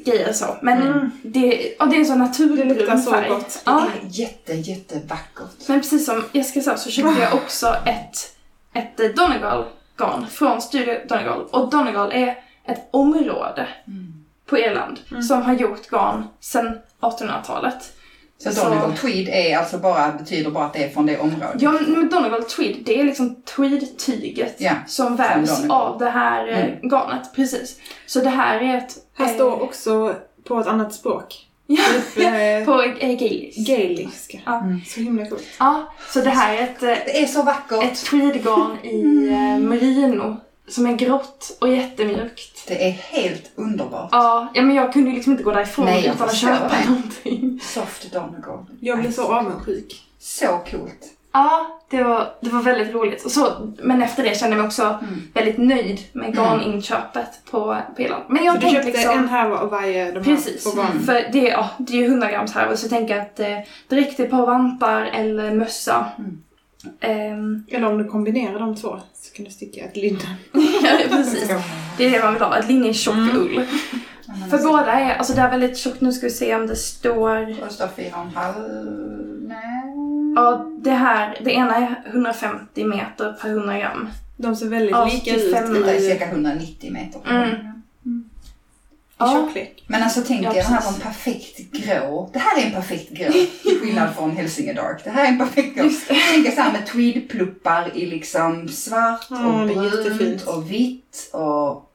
S3: grejer så. Men det, ja, det är en sån
S1: Det
S3: naturlig
S1: luktar
S3: brun
S1: så
S3: färg.
S1: gott.
S3: Ja.
S2: Det är jätte, jättevackert.
S3: Men precis som Jessica sa så köpte
S1: Ah.
S3: jag också ett, ett eh, Donegal-garn från Studio Donegal. Och Donegal är ett område
S1: Mm.
S3: på Irland som har gjort garn sedan 1800-talet.
S2: Så
S3: Så-
S2: Donegal Tweed är alltså bara, betyder bara att det är från det området.
S3: Ja, men Donegal tweed, det är liksom tweed-tyget
S2: Ja,
S3: som vävs
S2: Donegal.
S3: av det här eh, garnet. Precis. Så det här är ett...
S1: Här
S3: eh,
S1: står också på ett annat språk.
S3: (laughs) ja,
S1: Typ eh,
S3: på eh, gaelisk.
S1: gaeliska.
S3: Ja.
S1: Så himla coolt.
S3: Ja, så det här är ett... eh,
S2: Det är så vackert.
S3: ett tweedgarn i eh,
S1: Mm.
S3: merino som är grått och jättemjukt.
S2: Det är helt underbart.
S3: Ja, ja, men jag kunde ju liksom inte gå därifrån
S2: Nej, jag
S3: utan att
S2: förstår
S3: köpa
S2: det.
S3: någonting.
S2: Soft Donegal.
S1: Jag blev så avundsjuk.
S2: Så coolt.
S3: Ja, det var, det var väldigt roligt. Och så, men efter det kände jag mig också väldigt nöjd med garninköpet på, på Irland. Men jag
S1: Så du
S3: tänkte
S1: köpte
S3: liksom...
S1: en härva av varje de här
S3: Precis,
S1: på barn.
S3: för det, är- ja, det är ju 100 grams här och så tänker jag att eh, direkt ett par vantar eller mössa. (laughs) Ehm,
S1: Eller om du kombinerar de två så kan du sticka ett linne.
S3: ja, precis. Det är det man vill ha, ett linne i tjock
S1: Mm.
S3: ull. För båda är, alltså det är väldigt tjockt, nu ska vi se om det står...
S2: Och det står fyra och en halv... Nej.
S3: Ja, det här, det ena är 150 meter per 100 gram.
S1: De ser väldigt
S3: Ja,
S1: lika ut i,
S2: Det är
S1: i
S2: cirka 190 meter.
S3: Mm. Ja.
S1: tjocklek.
S2: Men alltså tänk
S3: Ja,
S2: er den här var
S3: precis.
S2: en perfekt grå. Det här är en perfekt grå. Till skillnad från Helsinge Dark. Det här är en perfekt grå.
S3: Just
S2: Tänk er så här med tweedpluppar i liksom svart
S1: Ja,
S2: och
S1: det är
S2: brunt
S1: jättefint.
S2: och vitt och...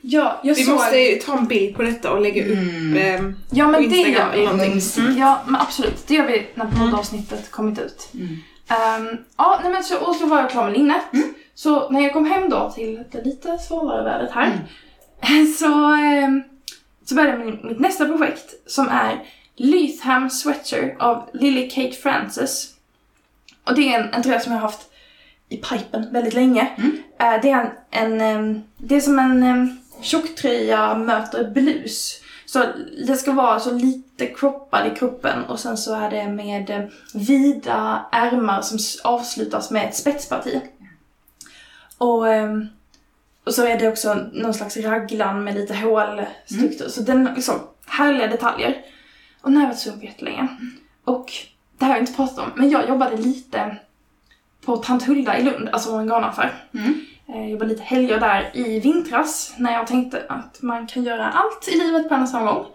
S3: Ja, jag
S1: Vi
S3: såg...
S1: måste ju ta en bild på detta och lägga upp
S2: Mm.
S1: ehm,
S3: Ja,
S1: på
S3: men det
S1: Instagram
S3: gör
S1: eller
S3: vi.
S1: någonting.
S2: Mums.
S1: Mm.
S3: Ja, men absolut. Det gör vi när poddavsnittet kommit ut.
S2: Mm.
S3: Ehm, ja, nej men så, och så var jag klar med linnet. Så när jag kom hem då till det lite svalare vädret här. (laughs) Så, ehm, så började min, mitt nästa projekt som är Lytham Sweater av Lily Kate Francis. Och det är en, en tröja som jag har haft i pipen väldigt länge. Eh, det, är en, en, ehm, det är som en um, tjocktröja möter blus. Så det ska vara så lite kroppad i kroppen och sen så är det med eh, vida ärmar som s- avslutas med ett spetsparti. Och, ehm, och så är det också någon slags raglan med lite hålstruktur. Så den liksom, härliga detaljer. Och den här har varit sugen på jättelänge. Och det här har jag inte pratat om, men jag jobbade lite på Tant Hulda i Lund, alltså vår granaffär.
S2: Mm.
S3: Eh, Jag jobbade lite helger där i vintras när jag tänkte att man kan göra allt i livet på en och samma gång.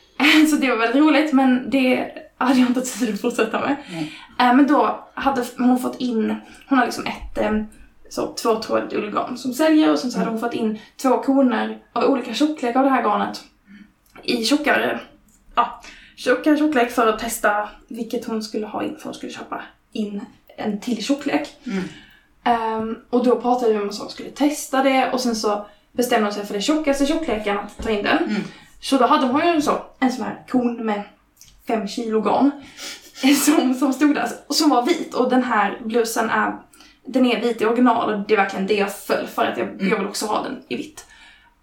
S3: (laughs) Så det var väldigt roligt, men det hade jag inte tid att fortsätta med.
S2: Nej.
S3: Eh, Men då hade hon fått in, hon har liksom ett eh, så tvåtrådigt ullgarn som säljer och sen så hade hon fått in två koner av olika tjocklek av det här garnet i tjockare, ja, tjockare tjocklek för att testa vilket hon skulle ha in för hon skulle köpa in en till tjocklek.
S2: Mm.
S3: Ehm, och då pratade vi om att hon skulle testa det och sen så bestämde hon sig för den tjockaste tjockleken att ta in den.
S2: Mm.
S3: Så då hade hon ju en, så, en sån här kon med fem kilo garn (laughs) som, som stod där och som var vit och den här blusen är den är vit i original och det är verkligen det jag föll för att jag, jag vill också ha den i vitt.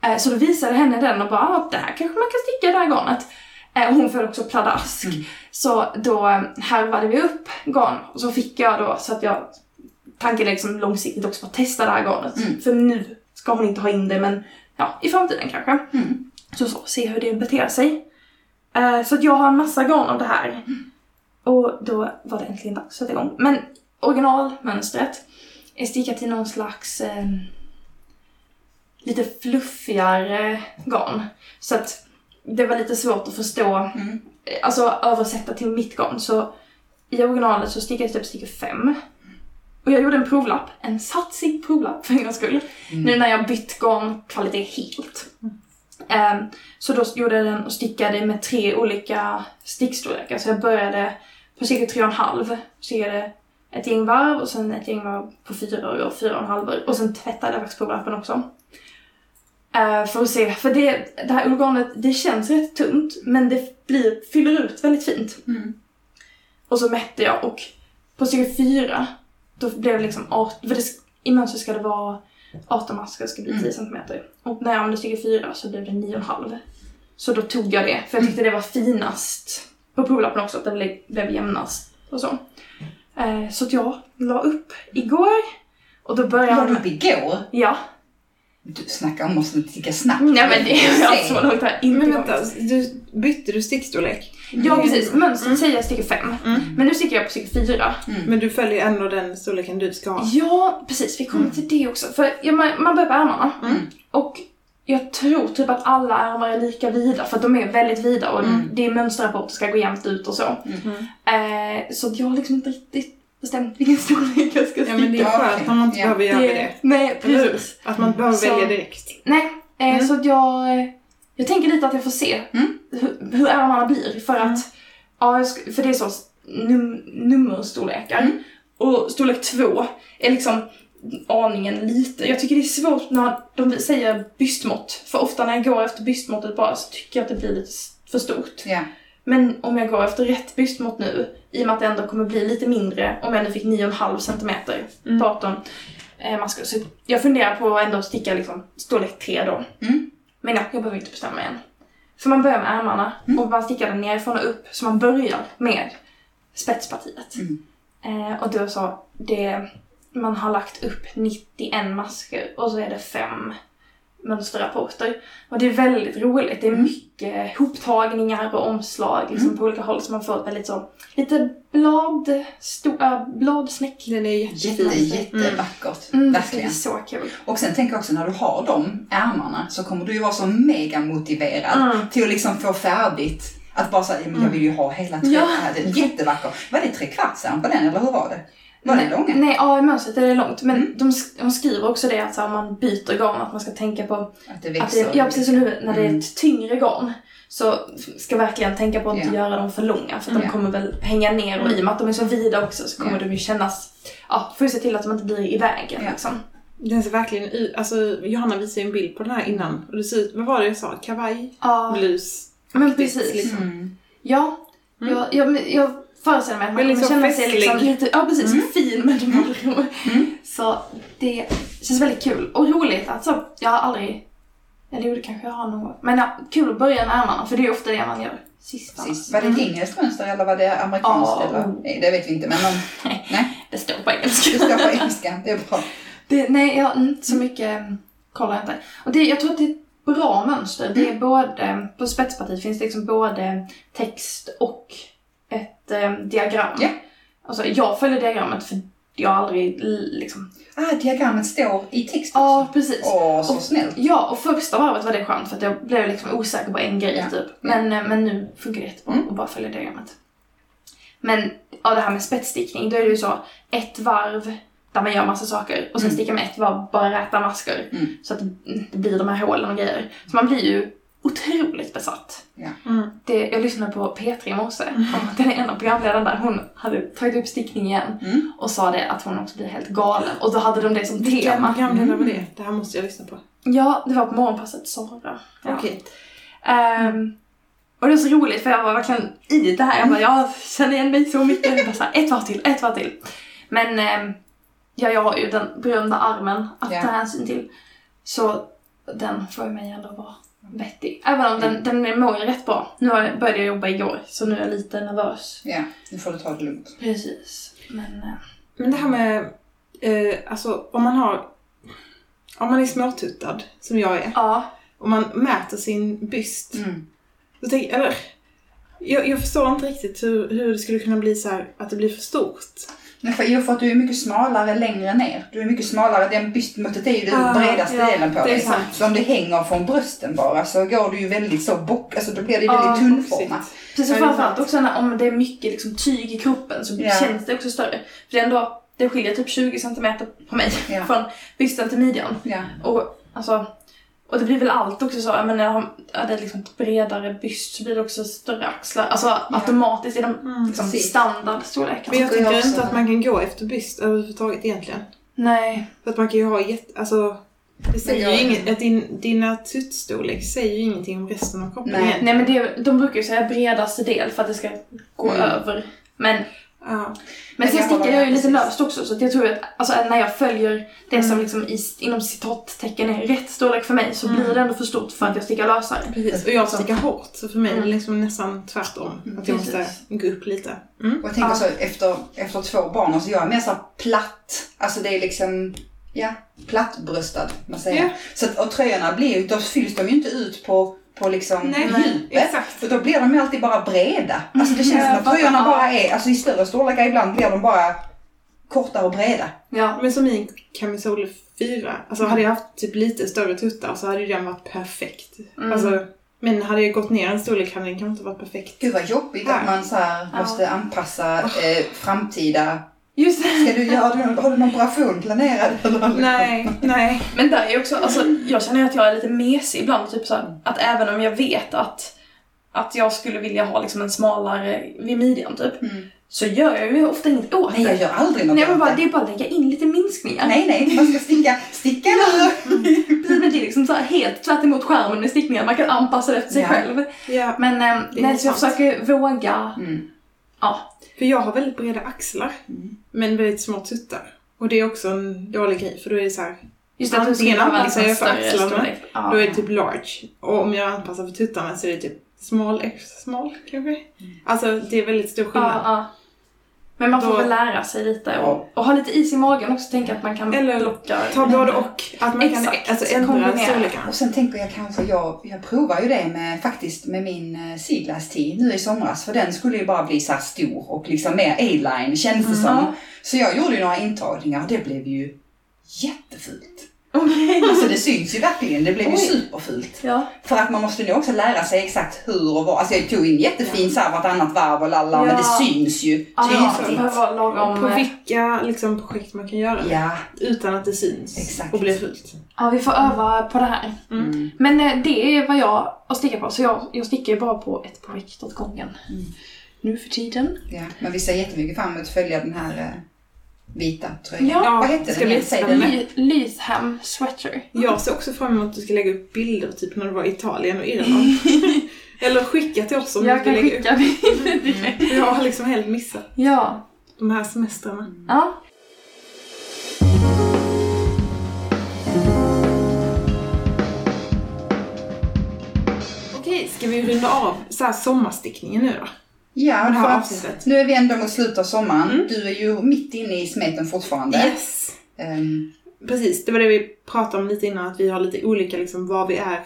S3: Eh, så då visade jag henne den och bara ah, det här kanske man kan sticka i det här garnet. Eh, och hon föll också pladask. Så då eh, härvade vi upp garn och så fick jag då så att jag tanken är liksom långsiktigt också på att testa det här garnet.
S2: Mm.
S3: För nu ska hon inte ha in det men ja, i framtiden kanske.
S2: Mm.
S3: Så, så se hur det beter sig. Eh, så att jag har en massa garn av det här. Och då var det äntligen dags att sätta igång. Men originalmönstret är stickat i någon slags eh, lite fluffigare garn. Så att det var lite svårt att förstå,
S2: Mm.
S3: eh, alltså översätta till mitt garn. Så i originalet så stickade jag typ stickor fem. Och jag gjorde en provlapp, en satsig provlapp för en gångs skull.
S2: Mm.
S3: Nu när jag bytt garnkvalitet helt. Ehm, så då gjorde jag den och stickade med tre olika stickstorlekar. Så jag började på cirka tre och en halv. Stickade ett gäng varv och sen ett gäng varv på fyra och fyra och en halv. Och sen tvättade jag faktiskt provlappen också. Eh, för att se, för det, det här organet det känns rätt tungt men det blir, fyller ut väldigt fint.
S2: Mm.
S3: Och så mätte jag och på cirka fyra då blev det liksom 18, för det, sk- i mönstret ska det vara 18 maskar ska bli
S1: Mm.
S3: 10 cm. Och när jag använde cirka fyra så blev det 9,5. Så då tog jag det, för jag
S1: Mm.
S3: tyckte det var finast på provlappen också, att det blev, blev jämnast och så. Eh, så att jag la upp igår och då började
S2: Var du
S3: jag...
S2: uppe igår?
S3: Ja.
S2: Du snackar om att sticka snabbt.
S3: Nej men det är alltså, så
S2: Sen.
S3: långt har jag inte
S1: Mm. Men
S3: kommit.
S1: vänta, du, bytte du stickstorlek?
S3: Ja precis, mönstret säger jag sticker 5.
S1: Mm.
S3: Men nu sticker jag på cirka 4.
S1: Men du följer ändå den storleken du ska ha?
S3: Ja precis, vi kommer till det också. För ja, man, man börjar på ärmarna.
S1: Mm.
S3: Och jag tror typ att alla ärmar är lika vida för att de är väldigt vida och
S1: Mm.
S3: det är mönsterrapporter ska gå jämnt ut och så.
S1: Mhm.
S3: Eh, så att jag har liksom inte riktigt bestämt vilken storlek jag ska sticka.
S1: Ja men det är
S2: Ja,
S1: skönt
S2: okej.
S1: när man inte
S2: Ja.
S1: behöver göra det.
S3: Nej
S1: Eller hur?
S3: precis.
S1: Att man inte behöver
S3: Så-
S1: välja direkt.
S3: Nej, eh,
S1: Mm.
S3: så att jag, eh, jag tänker lite att jag får se
S2: Mm.
S3: hur, hur ärmarna blir. För att, ja, jag sk- för det är så num, nummerstorlekar.
S2: Mm.
S3: Och storlek två är liksom aningen lite. Jag tycker det är svårt när de säger bystmått. För ofta när jag går efter bystmåttet bara så tycker jag att det blir lite s- för stort.
S2: Ja.
S3: Men om jag går efter rätt bystmått nu, i och med att det ändå kommer bli lite mindre om jag nu fick 9,5 cm
S1: Mm.
S3: på 18 eh, masker. Så jag funderar på att ändå sticka liksom storlek 3 då.
S2: Mm.
S3: Men ja, jag behöver inte bestämma än. För man börjar med ärmarna
S2: Mm.
S3: och man stickar den nerifrån och upp. Så man börjar med spetspartiet.
S2: Mm.
S3: Eh, och då så, det, man har lagt upp 91 masker och så är det fem mönsterrapporter. Och det är väldigt
S2: Mm.
S3: roligt. Det är mycket hoptagningar och omslag liksom, på olika håll. Så man får ett väldigt så, lite blad, stora bladsnäck.
S1: Den är
S2: Jätte,
S1: jättefin.
S2: jättevackert.
S3: Mm, det är
S2: Verkligen.
S3: så kul.
S2: Och sen tänker jag också när du har de ärmarna så kommer du ju vara så mega motiverad
S3: Mm.
S2: till att liksom få färdigt. Att bara säga, men jag vill ju ha hela tre.
S3: Ja.
S2: här." Det är Jättevackert. Var det trekvartsärm på den eller hur var det? Var
S3: Nej,
S2: den långa? Mm.
S3: nej, ja, i mönstret är det långt. Men de, sk- de skriver också det att så här, om man byter garn, att man ska tänka på
S2: Att det
S3: Att det,
S2: växer. Mm.
S3: ja, precis som nu när det är ett tyngre garn så ska verkligen tänka på att
S2: Ja.
S3: inte göra dem för långa för att
S2: Ja.
S3: de kommer väl hänga ner och i och med att de är så vida också så kommer
S2: Ja.
S3: de ju kännas... Ja, får ju se till att de inte blir i vägen
S2: Ja.
S3: liksom.
S1: Den ser verkligen ut. Alltså Johanna visade ju en bild på den här innan. Och det ser ut, vad var det jag sa? Kavaj?
S3: Ja,
S1: Blus?
S3: men
S1: aktivt,
S3: precis.
S1: liksom.
S2: Mm.
S3: Ja,
S1: Mm.
S3: jag, jag, men jag föreställer mig att man
S1: Men
S3: kommer
S1: liksom
S3: känna sig liksom
S1: festlig.
S3: lite, ja precis, fin med det (laughs) mm.
S2: Mm.
S3: Så det känns väldigt kul och roligt att så, jag har aldrig, eller jo det kanske jag har någon gång, men ja, kul att börja med ärmarna för det är ju ofta det man gör sist.
S2: Precis. Var det ett engelskt mönster eller var det amerikanskt?
S3: Mm. Ja.
S2: Eller? Nej, det vet vi inte men någon... nej,
S3: Det står på engelska. (laughs)
S2: det står på (laughs) engelska. Det är bra.
S3: Det, nej, jag, mm, så mycket mm, kollar jag inte. Och det, jag tror att det bra mönster. Det är både, mm, på spetspartiet finns det liksom både text och ett eh, diagram.
S2: Ja.
S3: Alltså, jag följer diagrammet för jag har aldrig l- liksom...
S2: Ah, diagrammet står i texten
S3: Ja,
S2: också.
S3: precis.
S2: Åh, så
S3: Och-
S2: snällt.
S3: Ja, och första varvet var det skönt för att jag blev liksom osäker på en grej
S2: Ja.
S3: typ. Men, eh, men nu funkar det jättebra
S2: Mm.
S3: att bara följa diagrammet. Men ja, det här med spetsstickning, då är det ju så ett varv där man gör massa saker och sen
S2: Mm.
S3: stickar man ett varv bara räta masker.
S2: Mm.
S3: Så att det- det blir de här hålen och grejer. Så man blir ju otroligt besatt.
S1: Mm.
S3: Det, jag lyssnade på P3 i morse. Och Den ena programledaren där, hon hade tagit upp stickning igen
S2: Mm.
S3: och sa det att hon också blir helt galen. Och då hade de det som
S1: Vilken
S3: tema.
S1: programledare var det? Det här måste jag lyssna på.
S3: Ja, det var på morgonpasset, Sara. Ja.
S1: Okej.
S3: Ehm, och det var så roligt för jag var verkligen i det här. Jag bara, jag känner igen mig så mycket. Jag bara så här, ett var till, ett var till. Men ehm, ja, jag har ju den berömda armen att
S2: Ja.
S3: ta hänsyn till. Så den får mig ändå vara vettig. Även om den, den mår ju rätt bra. Nu har jag- började jag jobba igår, så nu är jag lite nervös.
S2: Ja, nu får du ta det lugnt.
S3: Precis. Men eh,
S1: Men det här med, eh, alltså om man har, om man är småtuttad som jag är
S3: ja,
S1: och man mäter sin byst
S2: Mm.
S1: Då tänk, eller, jag, jag förstår inte riktigt hur, hur det skulle kunna bli så här att det blir för stort.
S2: Men för, jo, för att du är mycket smalare längre ner. Du är mycket smalare. Den bystmuttet är ju den
S1: Ah,
S2: bredaste
S1: ja,
S2: delen på
S1: det är
S2: dig.
S1: sant.
S2: Så om det hänger från brösten bara så går du ju väldigt så bock, alltså då blir det väldigt
S3: Ah,
S2: tunnformat.
S1: Shit.
S3: precis. Och
S1: Ja, det är
S3: framförallt
S1: sant.
S3: också när, om det är mycket liksom, tyg i kroppen så
S2: Ja.
S3: känns det också större. För det är ändå, det skiljer typ 20 centimeter på mig
S2: Ja.
S3: (laughs) från bysten till midjan.
S2: Ja.
S3: Och alltså, och det blir väl allt också så, jag menar, jag har- är det liksom ett bredare byst så blir det också större axlar. Alltså automatiskt i de
S1: Mm.
S3: liksom, alltså.
S2: precis.
S1: Men
S3: standardstorlekarna.
S1: jag
S2: Tycker jag
S1: tycker
S2: också.
S1: inte att man kan gå efter byst överhuvudtaget egentligen.
S3: Nej.
S1: För att man kan ju ha jätte, alltså det säger
S2: jag-
S1: ju inget, att din, dina tuttstorlek säger ju ingenting om resten av kroppen
S2: Nej.
S1: egentligen.
S3: Nej men det, de brukar ju säga bredaste del för att det ska gå
S2: Mm.
S3: över. Men
S1: Ja.
S3: Men
S2: Men
S3: sen
S2: jag
S3: stickar
S2: håller
S3: jag ju
S2: med,
S3: lite
S2: precis.
S3: löst också så att jag tror att alltså, när jag följer det
S1: Mm.
S3: som liksom i, inom citattecken är rätt storlek för mig så
S1: Mm.
S3: blir det ändå för stort för att jag stickar lösare.
S1: Precis. Och jag stickar hårt, så för mig är det
S3: Mm.
S1: liksom nästan tvärtom.
S2: Mm,
S1: Att jag måste
S3: precis.
S1: gå upp lite. Mm.
S2: Och jag tänker
S3: Ja.
S2: så efter, efter två barn, alltså jag är mer så här platt. Alltså det är liksom, ja, plattbröstad. Man säger.
S1: Ja.
S2: Så att, och tröjorna blir ju, då fylls de ju inte ut på, på liksom
S1: Nej,
S2: djupet.
S1: exakt.
S2: För då blir de ju alltid bara breda. Alltså det känns
S3: Mm. Ja,
S2: som att tröjorna
S3: ja.
S2: bara är, alltså i större storlekar ibland blir de bara korta och breda.
S3: Ja.
S1: Men som min kamisol 4, alltså hade jag haft typ lite större tuttar så hade ju den varit perfekt.
S3: Mm.
S1: Alltså, men hade jag gått ner en storlek hade den kanske inte varit perfekt.
S2: Gud vad jobbigt att
S1: Ja.
S2: man så här
S3: Ja. Oh.
S2: måste anpassa eh, framtida...
S3: Just det.
S2: Ska du göra, har du- har du någon operation planerad? eller?
S1: Nej, nej.
S3: Men där är ju också, alltså, jag känner ju att jag är lite mesig ibland. Typ så här, att även om jag vet att, att jag skulle vilja ha liksom en smalare vid midjan typ
S2: Mm.
S3: så gör jag ju ofta inget åt
S2: Nej, jag
S3: det.
S2: gör aldrig något
S3: Nej, men
S2: åt
S3: bara,
S2: det.
S3: det är bara att lägga in lite minskningar.
S2: Nej, nej, man ska sticka, sticka nu.
S3: Precis, men (laughs) det är liksom så här helt tvärt emot skärmen med stickningar. Man kan anpassa det efter sig
S2: Ja.
S3: själv.
S1: Ja,
S3: Men ehm,
S1: Det är
S3: nej, så jag
S1: sant.
S3: försöker våga.
S2: Mm.
S3: Ja.
S1: för jag har väldigt breda axlar
S2: Mm.
S1: men väldigt små tuttar. Och det är också en dålig grej för då är det så här,
S3: Just det, att du
S1: Antingen
S3: skulle behöva
S1: anpassar
S3: liksom
S1: jag för
S3: större
S1: axlarna,
S3: storlek. Ja.
S1: då är det typ large. Och om jag anpassar för tuttarna så är det typ small extra small kanske.
S3: Mm.
S1: Alltså det är väldigt stor
S3: ja,
S1: skillnad.
S3: ja. Men man får
S1: Då-
S3: väl lära sig lite
S2: Ja.
S3: och, och ha lite is i magen också. Tänka att man kan
S1: Eller
S3: blocka.
S1: Ta både och. Att man
S3: Exakt.
S1: kan alltså, ändra
S3: Kombinera.
S1: storlekarna.
S2: Och sen tänker jag kanske, jag, jag provar ju det med, faktiskt med min eh, siglas tee nu i somras. För den skulle ju bara bli så här stor och liksom mer A-line känns det som. Så jag gjorde ju några intagningar och det blev ju jättefult.
S3: Okej.
S2: Alltså det syns ju verkligen, det blev ju
S3: Oj.
S2: superfult.
S3: Ja.
S2: För att man måste nu också lära sig exakt hur och vad. Alltså jag tog in jättefin så här vartannat varv och lalla, men
S3: Ja.
S2: det syns ju
S3: Ja, det
S2: tydligt.
S3: behöver vara lagom.
S1: typ. På
S3: eh,
S1: vilka liksom, projekt man kan göra
S2: Ja.
S1: utan att det syns
S2: Exakt.
S1: och blir fult.
S3: Ja, vi får öva på det här.
S2: Mm.
S3: Men eh, det är vad jag har stickat på. Så jag, jag stickar ju bara på ett projekt åt gången. Nu för tiden.
S2: ja. Men vi ser jättemycket fram emot att följa den här eh, vita tröjan.
S3: Ja.
S2: Vad hette
S1: Ska
S2: den?
S1: vi-
S2: igen? Säg
S1: ska
S2: den
S1: vi-
S2: igen.
S3: Ly- Lytham sweater.
S1: Jag ser också fram emot att du ska lägga upp bilder typ när du var i Italien och Irland. Eller skicka till oss om
S3: jag
S1: du
S3: kan
S1: vill lägga upp.
S3: skicka bilder direkt.
S1: Jag har liksom helt missat
S3: (laughs) Ja.
S1: de här semestrarna.
S3: Ja.
S1: Okej, ska vi runda av så här sommarstickningen nu då?
S2: Ja,
S1: Det här
S2: för att
S1: avsnittet. Mm.
S2: nu är vi ändå mot slutet av sommaren. Du är ju mitt inne i smeten fortfarande.
S1: Yes!
S2: Ehm,
S1: Precis, det var det vi pratade om lite innan, att vi har lite olika liksom vad vi är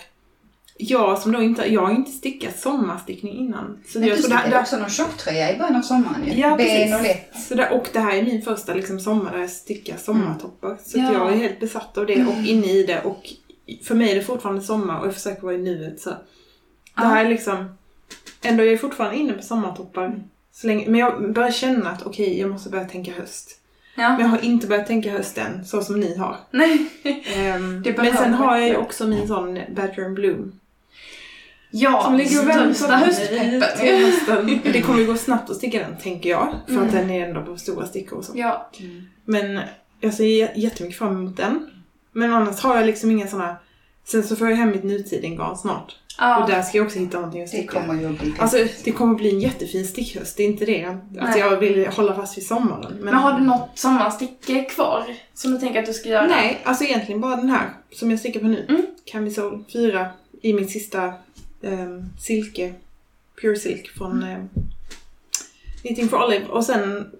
S1: jag som då inte, jag har inte stickat sommarstickning innan. Så,
S2: Men
S1: jag,
S2: du
S1: så, det,
S2: stickade
S1: här-
S2: också någon tjocktröja i början av sommaren ju.
S1: Ja, precis.
S2: B01.
S1: så där, och det här är min första liksom, sommar där jag stickar sommartoppar. Så
S3: Ja.
S1: att jag är helt besatt av det och inne i det. Och för mig är det fortfarande sommar och jag försöker vara i nuet. Så. Det här är liksom, ändå jag är fortfarande inne på sommartoppar. Så länge, men jag börjar känna att okej, jag måste börja tänka höst. Men
S3: Ja.
S1: jag har inte börjat tänka höst än, så som ni har.
S3: Nej.
S1: Ehm,
S3: Det
S1: men sen
S3: behöver
S1: har jag ju
S3: inte.
S1: också min sån bedroom bloom.
S3: Ja,
S1: Som ligger och
S3: största
S1: väntar på
S3: höstpeppet.
S1: mig till hösten. Det kommer ju gå snabbt att sticka den, tänker jag. För att den är ändå på stora stickor och så.
S3: Ja.
S1: Men jag ser jä- jättemycket fram emot den. Men annars har jag liksom inga såna... Sen så får jag hem mitt nutiden-garn snart.
S3: Ja.
S1: Och där ska jag också hitta någonting att
S2: Det
S1: sticka.
S2: kommer ju att bli
S1: Alltså det kommer bli en jättefin stickhöst, det är inte det. Att
S3: Nej.
S1: jag vill hålla fast vid sommaren. Men,
S3: Men har du något sommarstick kvar som du tänker att du ska göra?
S1: Nej, alltså egentligen bara den här som jag stickar på nu.
S3: Mm.
S1: Camisol 4 i min sista ehm, silke, pure silk från mm. Knitting for Olive. Och sen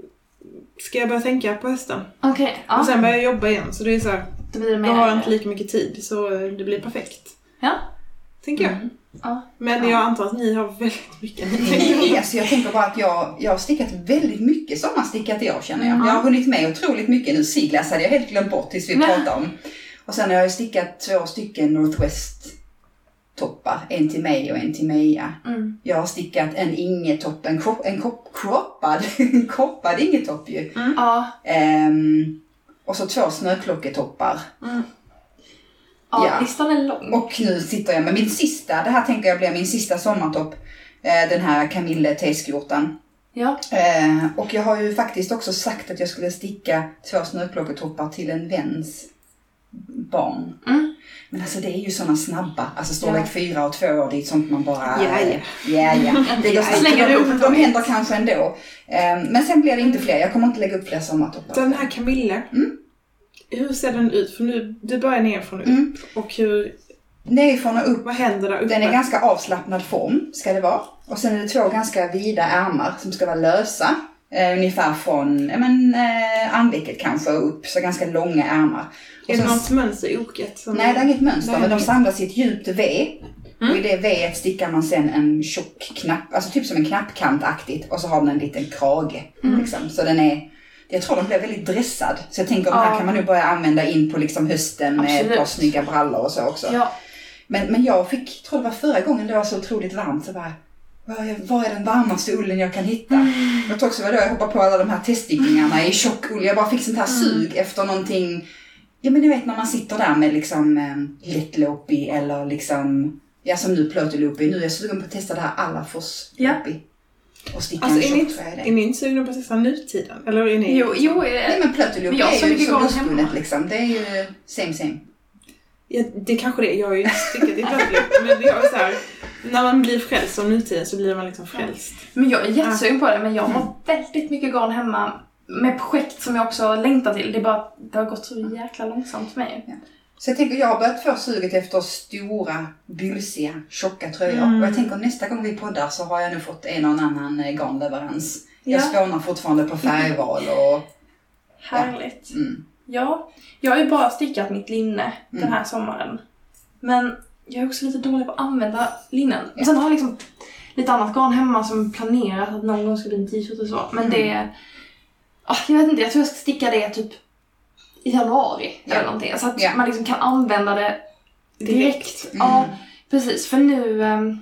S1: ska jag börja tänka på hösten.
S3: Okej. ja.
S1: Och sen börjar jag jobba igen så det är så här,
S3: Då blir det
S1: då
S3: mer...
S1: har jag inte lika mycket tid så det blir perfekt.
S3: Ja.
S1: Tänker jag.
S2: Mm.
S3: Ja.
S1: Men
S3: Ja.
S1: jag antar att ni har väldigt mycket ni (laughs) tänker
S2: Nej,
S1: på.
S2: alltså jag tänker bara att jag, jag har stickat väldigt mycket sommarstickat i år känner jag. Jag har hunnit med otroligt mycket nu. Siglas hade jag helt glömt bort tills vi
S3: Nej.
S2: pratade om. Och sen har jag stickat två stycken Northwest toppar. En till mig och en till Meja.
S3: Mm.
S2: Jag har stickat en ingetopp, en, kropp, en kropp, kroppad, (laughs) en kroppad ingetopp ju.
S1: Mm.
S3: Ja.
S2: Ehm, och så två snöklocketoppar.
S3: Ja,
S2: Ja.
S3: listan är lång.
S2: Och nu sitter jag med min sista, det här tänker jag blir min sista sommartopp. Eh, Den här Camille T-skjortan.
S3: Ja.
S2: Eh, och jag har ju faktiskt också sagt att jag skulle sticka två snöklocketoppar till en väns barn.
S3: Mm.
S2: Men alltså det är ju sådana snabba, alltså storlek
S3: Ja.
S2: fyra och två år, det är sånt man bara...
S1: Ja, ja.
S2: ja,
S3: (laughs)
S2: ja. Det går snabbt.
S3: Slänger
S2: De,
S3: upp
S2: de,
S3: dem.
S2: händer kanske ändå. Eh, men sen blir det inte fler, jag kommer inte lägga upp fler sommartoppar.
S1: Den här Camille. Hur ser den ut? För nu, du börjar nerifrån nu.
S2: Mm.
S1: Och hur,
S2: Nerifrån och upp.
S1: vad händer där uppe?
S2: Den är ganska avslappnad form, ska det vara. Och sen är det två ganska vida ärmar som ska vara lösa. Eh, ungefär från ja, men, eh, armvecket kanske och upp, så ganska långa ärmar. Och
S1: Är det
S2: sen-
S1: något mönster i oket? Som...
S2: Nej, det är inget mönster,
S1: Nej,
S2: men de
S1: inget.
S2: samlas i ett djupt V.
S1: Mm.
S2: Och i det V stickar man sen en tjock knapp, alltså typ som en knappkantaktigt. Och så har den en liten krage. Liksom. Så den är, jag tror den blev väldigt dressad. Så jag tänker, den här
S3: Ja.
S2: kan man nu börja använda in på liksom hösten med ett par
S3: Absolut.
S2: snygga brallor och så också.
S3: Ja.
S2: Men, men jag fick, tror det var förra gången det var så otroligt varmt, så bara, var är, var är den varmaste ullen jag kan hitta? Jag tror också det var då jag hoppade på alla de här teststickningarna i tjock ull. Jag bara fick sånt här sug efter någonting, ja men ni vet när man sitter där med liksom eh, lättlopi eller liksom, ja som nu plåtolopi. Nu är jag sugen på att testa det här Alafors
S3: Ja.
S2: lopi. Och sticka
S1: Alltså är
S2: en
S1: ni,
S2: tjock
S1: inte-
S2: tröja i
S1: är
S2: det.
S1: ni inte sugna på att testa nutiden? Eller är ni...
S3: Jo, jo.
S2: Nej
S3: eh,
S2: men plåtolopi
S3: Men jag har så
S2: är ju
S3: mycket
S2: som
S3: garn
S2: lustbundet
S3: hemma.
S2: liksom. Det är ju same same.
S1: Ja, det kanske det är. Jag har ju inte stickat i plötsligt. men jag är så här, när man blir frälst som nutiden så blir man liksom frälst.
S3: Men jag är jättesugen på det, men jag
S1: Mm.
S3: har väldigt mycket garn hemma med projekt som jag också längtar till. Det är bara att det har gått så jäkla långsamt för mig.
S2: Så jag tänker, jag har börjat få suget efter stora, bylsiga, tjocka tröjor.
S3: Mm.
S2: Och jag tänker nästa gång vi poddar så har jag nu fått en och en annan eh, garnleverans. Jag
S3: Ja.
S2: spånar fortfarande på färgval och...
S3: Härligt.
S2: Mm.
S3: Ja, jag har ju bara stickat mitt linne den här sommaren. Men jag är också lite dålig på att använda linnen.
S2: Ja.
S3: Sen har jag liksom lite annat garn hemma som planerat att någon gång ska bli en t-shirt och så.
S2: Mm.
S3: Men det... Ah, jag vet inte, jag tror jag ska sticka det typ i januari
S2: Ja.
S3: eller någonting. Så att
S2: Ja.
S3: man liksom kan använda det direkt. Ja, precis. För nu... ehm,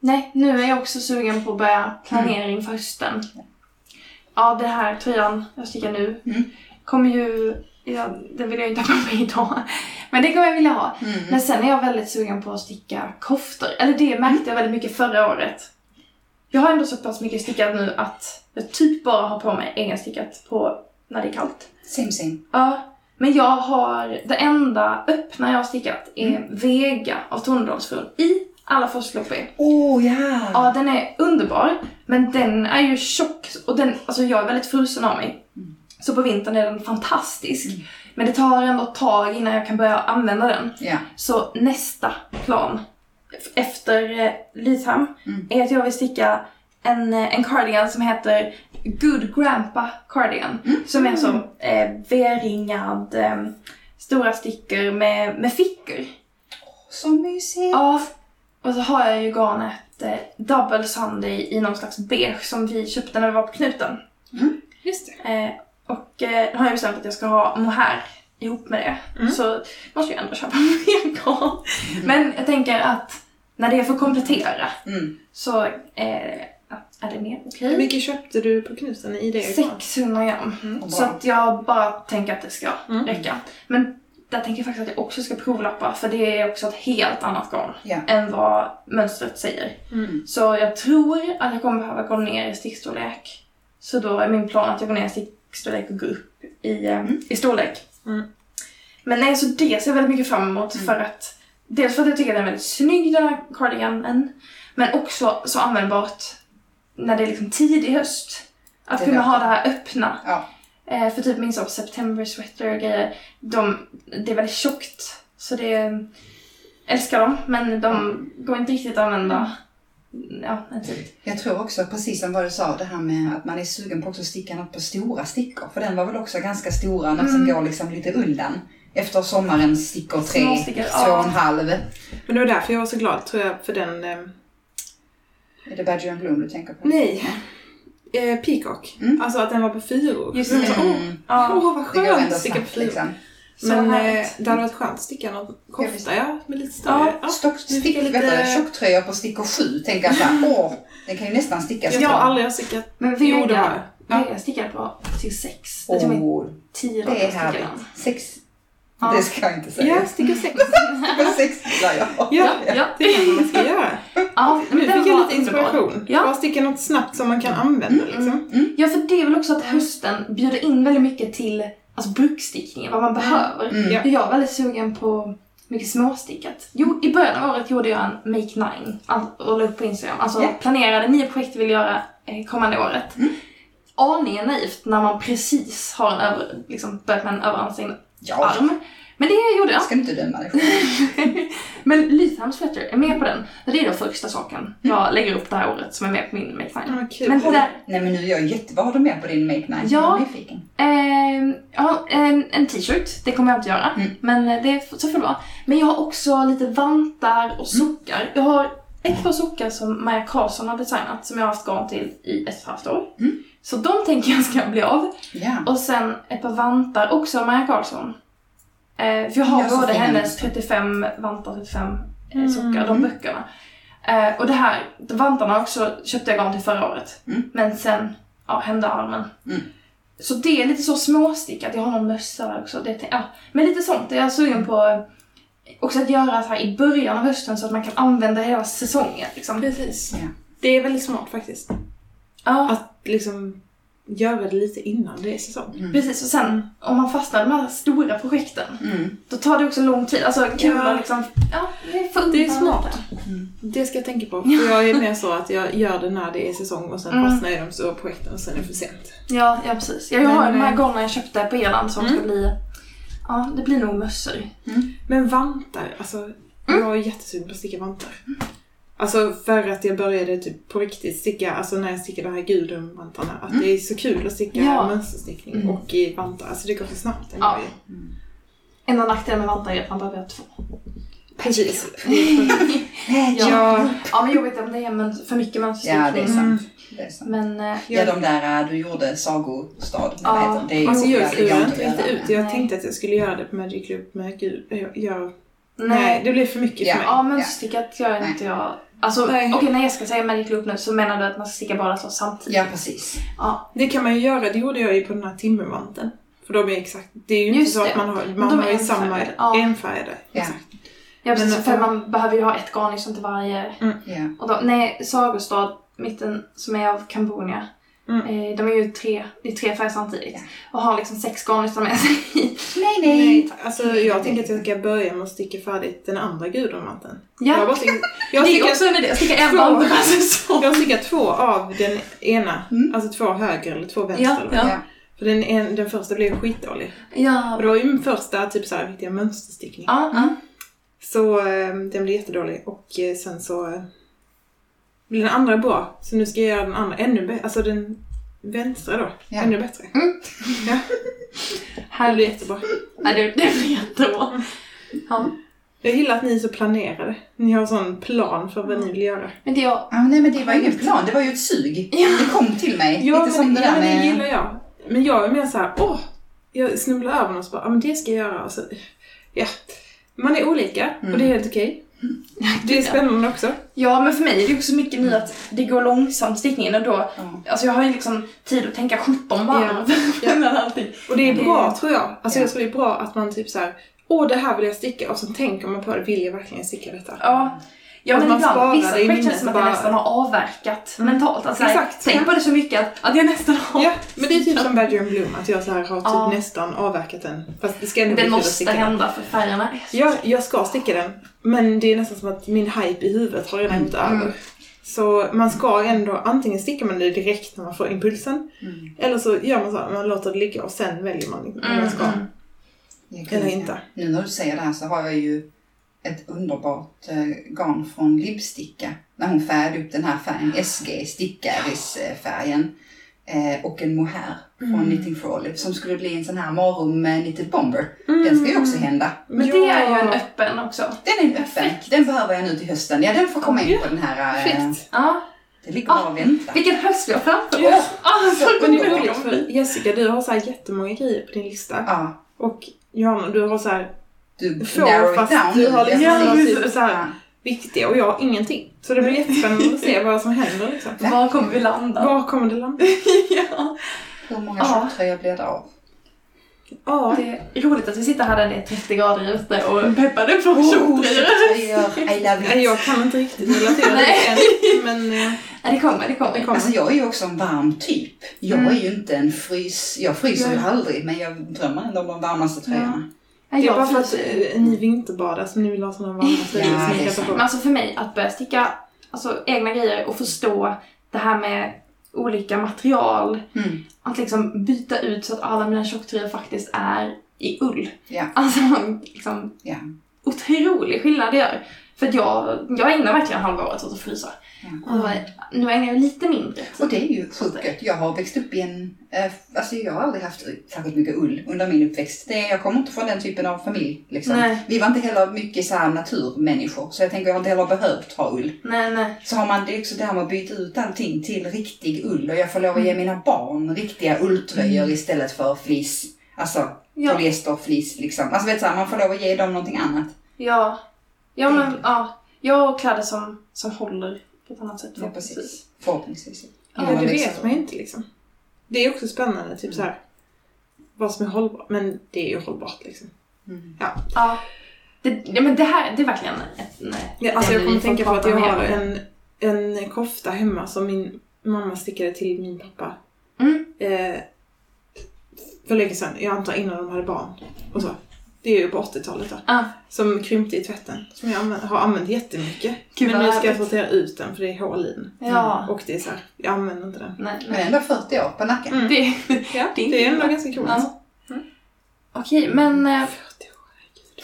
S3: nej, nu är jag också sugen på att börja planera inför hösten. Ja, det här tröjan jag stickar nu
S2: Mm.
S3: kommer ju... Ja, den vill jag inte ha på mig idag. Men det kommer jag vilja
S2: Mm.
S3: ha. Men sen är jag väldigt sugen på att sticka koftor. Eller det märkte jag väldigt mycket förra året. Jag har ändå så pass mycket stickat nu att jag typ bara har på mig egenstickat på när det är kallt.
S2: Same same.
S3: Ja, men jag har... Det enda öppna jag har stickat är Vega av Tornedalsfrun i alla Forsloppy.
S2: Åh oh, ja!
S3: Ja, den är underbar, men den är ju tjock och den, alltså jag är väldigt frusen av mig. Så på vintern är den fantastisk. Men det tar ändå ett tag innan jag kan börja använda den.
S2: Ja.
S3: Så nästa plan f- efter eh, Lytham är att jag vill sticka en, eh, en cardigan som heter Good Grandpa Cardigan. Som är som eh, V-ringad, eh, stora stickor med, med fickor.
S2: så mysigt.
S3: Ja, och så har jag ju garnet eh, Double Sunday i någon slags beige som vi köpte när vi var på knuten.
S1: Mm, Just det.
S3: Eh, och eh, då har jag bestämt att jag ska ha mohair ihop med det.
S1: Mm.
S3: Så måste jag ändå köpa (laughs) mer garn. Men jag tänker att när det är för att komplettera
S2: Mm.
S3: så eh, är det mer
S1: Hur
S3: okej.
S1: mycket köpte du på knuten i det?
S3: 600 gram.
S2: Och
S3: Mm, Så
S2: bra.
S3: att jag bara tänker att det ska
S1: Mm.
S3: räcka. Men där tänker jag faktiskt att jag också ska provlappa för det är också ett helt annat garn
S2: Ja.
S3: än vad mönstret säger.
S1: Mm.
S3: Så jag tror att jag kommer behöva gå ner i stickstorlek. Så då är min plan att jag går ner i stickstorlek och går upp i, eh, i storlek.
S1: Mm.
S3: Men nej, så det ser jag väldigt mycket fram emot för att dels för att jag tycker att den är väldigt snygg den här cardiganen. Men också så användbart när det är liksom tidig höst. Att
S2: Det
S3: kunna ha det
S2: låter-
S3: här öppna.
S2: Ja.
S3: Eh, för typ min sån September sweater och grejer, de, det är väldigt tjockt. Så det älskar dem, men de går inte riktigt att använda
S1: Mm.
S3: ja, typ. en tid.
S2: Jag tror också, precis som vad du sa, det här med att man är sugen på också att sticka något på stora stickor. För den var väl också ganska stora, något som
S3: Mm.
S2: går liksom lite undan. Efter sommarens stickor tre,
S3: Små stickor,
S2: två
S3: ja.
S2: och en halv.
S1: Men det var därför jag var så glad tror jag för den... ehm,
S2: Är det Badger and Bloom du tänker på?
S1: nej. Eh, Peacock.
S2: Mm.
S1: Alltså att den var på fyror.
S3: Just
S1: Mm.
S3: det.
S1: Åh,
S3: Ja,
S1: (laughs) åh, vad
S2: Det går
S1: skönt
S2: ändå
S1: att sticka på
S2: snabbt
S1: fyror.
S2: liksom.
S3: så
S1: Men eh,
S3: härligt.
S1: det hade varit skönt att sticka någon
S2: visst.
S1: kofta ja, med lite större.
S3: Ja,
S1: Ja.
S2: Stock,
S1: Nu fick
S2: stick,
S1: jag
S2: vet du,
S1: lite-
S2: tjocktröjor på stickor sju, tänker jag såhär, åh, den kan ju nästan stickas
S1: Jag
S2: på.
S1: tror aldrig jag stickat.
S3: Men
S1: Jo, det har jag.
S3: Vega,
S1: Ja.
S3: Vega stickade på till sex. Det tog mig
S2: Åh,
S3: tio dagar
S2: det är
S3: att sticka den.
S2: härligt. Sex,
S3: Ja.
S2: det ska jag inte säga.
S1: Ja, sticka sex.
S2: På sex gillar jag.
S1: Mm. (laughs) Ja, Mm.
S3: Ja,
S1: det är vad man ska göra.
S3: ja,
S1: Nu
S3: men den
S1: fick jag
S3: var
S1: lite
S3: underbar.
S1: inspiration.
S3: Ja.
S1: Bara sticka något snabbt som man kan använda liksom.
S3: Ja, för det är väl också att
S2: Mm.
S3: hösten bjuder in väldigt mycket till alltså, bruksstickningen, vad man behöver.
S2: Mm.
S1: Ja.
S3: Jag är väldigt sugen på mycket småstickat. Jo, i början av året gjorde jag en Make Nine all- och la upp på Instagram. Alltså
S2: Ja. Mm.
S3: planerade nio projekt vill göra eh, kommande året. Aningen naivt när man precis har en över, liksom, börjat med en överansträngd
S2: Ja,
S3: arm. Men det gjorde jag. (laughs)
S2: ska du inte döma dig själv.
S3: Men Lytham Sweater är med på den. Det är den första
S2: Mm.
S3: saken jag lägger upp det här året som är med på min Make Nine.
S1: Ja, vad kul.
S3: Men
S1: Har du-
S3: där,
S2: Nej men nu är jag jätte... Vad har du med på din make night?
S3: Ja.
S2: Jag är nyfiken.
S3: Ehm, ja, en, en t-shirt, det kommer jag inte göra.
S2: Mm.
S3: Men eh, det, f- så får det vara. Men jag har också lite vantar och
S2: Mm.
S3: sockar. Jag har ett par sockar som Maja Karlsson har designat som jag har haft garn till i ett och ett halvt år.
S2: Mm.
S3: Så de tänker jag ska bli av.
S2: Ja.
S3: Och sen ett par vantar, också av Maja Karlsson. Eh, för jag har
S2: Ja, så
S3: både
S2: fint.
S3: hennes 35 vantar, 35 eh, sockar, de
S2: Mm.
S3: böckerna. Eh, och det här, de vantarna också köpte jag garn till förra året.
S2: Mm.
S3: Men sen ja, hände armen.
S2: Mm.
S3: Så det är lite så småstickat. Jag har någon mössa där också. Det, ja. Men lite sånt är jag
S2: Mm.
S3: sugen på. eh, Också att göra så här i början av hösten så att man kan använda hela säsongen. Liksom.
S1: Precis.
S2: Ja.
S1: Det är väldigt smart faktiskt.
S3: Ja,
S1: Att liksom göra det lite innan det är säsong.
S3: precis. Och sen om man fastnar i de här stora projekten
S2: Mm.
S3: då tar det också lång tid. Alltså kan
S1: Ja.
S3: man liksom... Ja, det funkar
S1: Det är smart.
S3: lite.
S1: Det ska jag tänka på. För jag är (laughs) mer så att jag gör det när det är säsong och sen
S3: Mm.
S1: fastnar jag i de stora projekten och sen är det för sent.
S3: Ja, ja precis. Jag har
S1: Men,
S3: de här
S1: eh,
S3: gångerna jag köpte på Irland som ska bli... Ja, det blir nog mössor.
S1: Men vantar, alltså
S3: Mm.
S1: jag är jättesugen på att sticka vantar. Alltså för att jag började typ på riktigt sticka, alltså när jag stickade de här gudumvantarna, att det är så kul att sticka
S3: Mm. Ja.
S1: mönsterstickning
S2: Mm.
S1: och i vantar. Alltså det går så snabbt. en
S3: Ja.
S1: grej.
S3: Enda nackdelen med vantar är att man behöver ha två.
S1: Precis.
S2: Nej,
S3: Ja.
S1: Ja,
S3: Ja, men jobbigt om det är men för mycket mönsterstickning.
S2: Ja, det är
S1: Mm.
S2: sant. Det är sant.
S3: Men eh,
S2: Ja, de där eh, du gjorde sagostad.
S3: Ja.
S2: Vad heter de? det? är
S1: alltså jag
S2: jävligt
S1: skulle
S2: galet att
S1: inte riktigt
S2: göra.
S1: ut. Jag
S3: Nej.
S1: tänkte att jag skulle göra det på Magic Loop med gud. Jag, jag,
S3: nej.
S1: nej, det blev för mycket
S2: Ja.
S1: för mig.
S3: Ja, mönsterstickat gör
S2: Nej.
S3: inte jag. Alltså,
S1: Nej.
S3: okej när jag ska säga Magic Loop nu så menar du att man ska sticka bara två samtidigt?
S2: Ja, precis.
S3: Ja.
S1: Det kan man ju göra, det gjorde jag ju på den här timmervanten. För de är exakt, det är ju inte
S3: Just
S1: så
S3: det.
S1: att man har,
S3: de
S1: man har
S3: är
S1: ju samma
S3: enfärgade. Ja.
S1: enfärgade.
S2: Ja.
S1: Exakt.
S3: ja precis,
S1: Men- eh,
S3: för man behöver ju ha ett garn liksom till varje.
S2: Ja.
S3: Och då, nej, Sagostad, mitten som är av Kambodja.
S1: Mm.
S3: Eh, de är ju tre, det är tre färger samtidigt.
S2: Ja.
S3: Och har liksom sex garn utan med sig.
S2: Nej,
S1: Nej,
S2: nej.
S1: alltså jag tänker att jag ska börja med att sticka färdigt den andra gudomvanten. Jag,
S3: (laughs) ja,
S1: bara sticker- jag,
S3: det är
S1: stickar-
S3: också en idé. Sticka en
S1: Två.
S3: vant per säsong.
S1: jag stickar två av den ena,
S2: Mm.
S1: alltså två höger eller två vänster.
S3: Ja,
S1: eller vad.
S3: ja.
S2: Ja.
S1: För den, en, den första blev skitdålig. Och
S3: Ja.
S1: det var ju min första typ så här riktiga mönsterstickning.
S3: Ja, ja.
S1: Så eh, den blev jättedålig och eh, sen så eh, blev den andra bra. Så nu ska jag göra den andra ännu bättre, alltså den vänstra då,
S2: Ja.
S1: ännu bättre.
S3: Härligt.
S1: jättebra.
S3: Nej, det, det blir jättebra. Ja.
S1: Jag gillar att ni är så planerade. Ni har sån plan för vad ni vill göra.
S3: Men det jag...
S2: Ja, nej men det var ingen plan, det var ju ett sug. Det kom till mig.
S1: Ja,
S2: Lite
S1: men,
S2: som det
S1: ja,
S2: där
S1: men det gillar
S2: med...
S1: jag. Men jag är mer såhär, åh! Jag snubblar över något och så bara, ja men det ska jag göra. Och så, ja. Man är olika och det är helt okej. Det är spännande också.
S3: Ja, men för mig är det också mycket nu att det går långsamt stickningen och då...
S2: Ja.
S3: Alltså jag har ju liksom tid att tänka 17 varv
S1: Mm. Ja.
S3: (laughs) mellan allting.
S1: Och det är
S3: Det-
S1: bra tror jag. Alltså
S2: Ja.
S1: jag tror det är bra att man typ såhär, åh det här vill jag sticka och så tänker man på det, vill jag verkligen sticka detta?
S3: Ja. Ja
S1: Att
S3: men
S1: man sparar
S3: ibland, vissa
S1: det i
S3: projekt känns
S1: minnet
S3: som att
S1: och
S3: jag
S1: bara- Mm.
S3: nästan har avverkat mentalt. Alltså,
S1: Exakt.
S3: Tänk
S1: Ja.
S3: på det så mycket att, att jag nästan har...
S1: Ja, men det är typ som Badger and Bloom, att jag så här har typ
S3: Ja.
S1: nästan avverkat den. Fast det ska ändå bli
S3: Det
S1: kul att
S3: måste
S1: sticka den.
S3: hända för färgerna är så
S1: Ja, jag ska sticka den. Men det är nästan som att min hype i huvudet har redan
S3: Mm.
S1: gått över. Så man ska ändå, antingen stickar man det direkt när man får impulsen. Eller så gör man så, här, man låter det ligga och sen väljer man om man ska.
S3: Mm. Mm,
S2: Jag kan-
S1: Eller inte.
S2: Nu när du säger det här så har jag ju ett underbart eh, garn från Libsticka. När hon färgade upp den här
S1: Ah.
S2: färgen, SG stickarisfärgen. Eh, och en mohair från
S1: Mm.
S2: Knitting for Olive som skulle bli en sån här marum eh, knitted bomber. Den ska ju också
S1: Mm.
S2: hända.
S3: Men det är ju en öppen också.
S2: Den är en öppen. Den behöver jag nu till hösten. Ja, den får komma in på den här. Eh,
S1: Perfekt. Ah,
S3: Ja.
S2: det ligger bara och väntar.
S3: Vilken höst vi har framför
S1: Ja.
S3: oss! Alltså,
S1: Men det är
S3: underbart.
S1: roligt för Jessica, du har så här jättemånga grejer på din lista.
S2: Ja,
S1: Och Johanna, du har så här
S2: du
S1: Få,
S2: narrow it
S1: fast
S2: down.
S1: du har
S2: Ja,
S1: liksom-
S2: precis.
S1: Ja, precis. Så här.
S2: Ja.
S1: viktiga och jag har ingenting. Så det blir jättespännande att se
S3: (laughs)
S1: vad som händer liksom.
S3: Var kommer vi landa?
S1: Var kommer det landa?
S3: ja.
S2: Hur många
S3: Ja.
S2: tjocktröjor blir det av?
S3: (laughs)
S1: Ja,
S3: Det är roligt att vi sitter här där det är 30 grader ute och peppade på
S2: Oh,
S3: tjocktröjor.
S2: tjocktröjor, I love
S1: Nej,
S2: it.
S1: jag kan inte riktigt relatera till det
S3: Nej.
S1: än. Men eh,
S3: Ja, det kommer, det kommer.
S1: det kommer.
S2: Alltså jag är ju också en varm typ. Jag är ju inte en frys... Jag fryser ju aldrig men jag drömmer ändå om de varmaste tröjorna.
S3: Ja,
S1: Det är
S3: jag
S1: bara för att
S3: fryser.
S1: eh, ni vinterbadar så ni vill ha sådana varma tröjor
S2: Ja,
S1: som
S2: det
S1: ni
S2: är
S1: kan ta
S3: Men
S1: på.
S3: alltså för mig, att börja sticka alltså, egna grejer och förstå det här med olika material.
S2: Mm.
S3: Att liksom byta ut så att alla mina tjocktröjor faktiskt är i ull. (laughs)
S2: Ja.
S3: Alltså, liksom,
S2: Ja.
S3: otrolig skillnad det gör. För att jag, jag ägnar verkligen halva året åt att frysa.
S2: Ja.
S3: Och nu ägnar jag lite mindre
S2: Och det är ju sjukt gött. Jag har växt upp i en... eh, Alltså jag har aldrig haft särskilt mycket ull under min uppväxt. Det, jag kommer inte från den typen av familj. Liksom.
S3: Nej.
S2: Vi var inte heller mycket så här naturmänniskor. Så jag tänker jag har inte heller behövt ha ull.
S3: Nej, nej.
S2: Så har man det är också det här med att byta ut allting till riktig ull och jag får lov att
S1: Mm.
S2: ge mina barn riktiga ulltröjor istället för flis. Alltså
S3: Ja.
S2: polyester, flis liksom. Alltså vet du, så här, man får lov att ge dem någonting annat.
S3: Ja. Ja, men
S2: Enkelt.
S3: ja. Jag och kläder som, som håller på ett annat sätt.
S2: Ja, precis. Förhoppningsvis.
S1: Ja, det vet man ju inte liksom. Det är också spännande, typ så här vad som är hållbart. Men det är ju hållbart liksom.
S2: Mm.
S3: Ja. Det, ja, men det här, det är verkligen ett... Nej.
S1: Ja, alltså jag
S3: vi
S1: kommer
S3: får
S1: tänka på att
S3: prata
S1: jag
S3: mer
S1: har
S3: om.
S1: en, en kofta hemma som min mamma stickade till min pappa.
S3: Mm.
S1: Eh, för länge sedan, jag antar innan de hade barn. Och så. Det är ju på 80-talet då.
S3: Ah.
S1: Som krympte i tvätten. Som jag använt, har använt jättemycket.
S3: Gud,
S1: men
S3: vad
S1: nu ska jag
S3: härligt. Ah.
S1: sortera ut den för det är hål i den.
S2: Mm.
S3: Ja.
S1: Och det är så här, jag använder inte den.
S3: Nej,
S2: Men
S3: nej.
S2: ändå 40 år på nacken.
S1: Mm.
S3: Det,
S1: Ja,
S3: det är
S1: det är
S3: inte
S1: ändå
S3: bra.
S1: ganska coolt.
S3: Ja. Okej, men eh,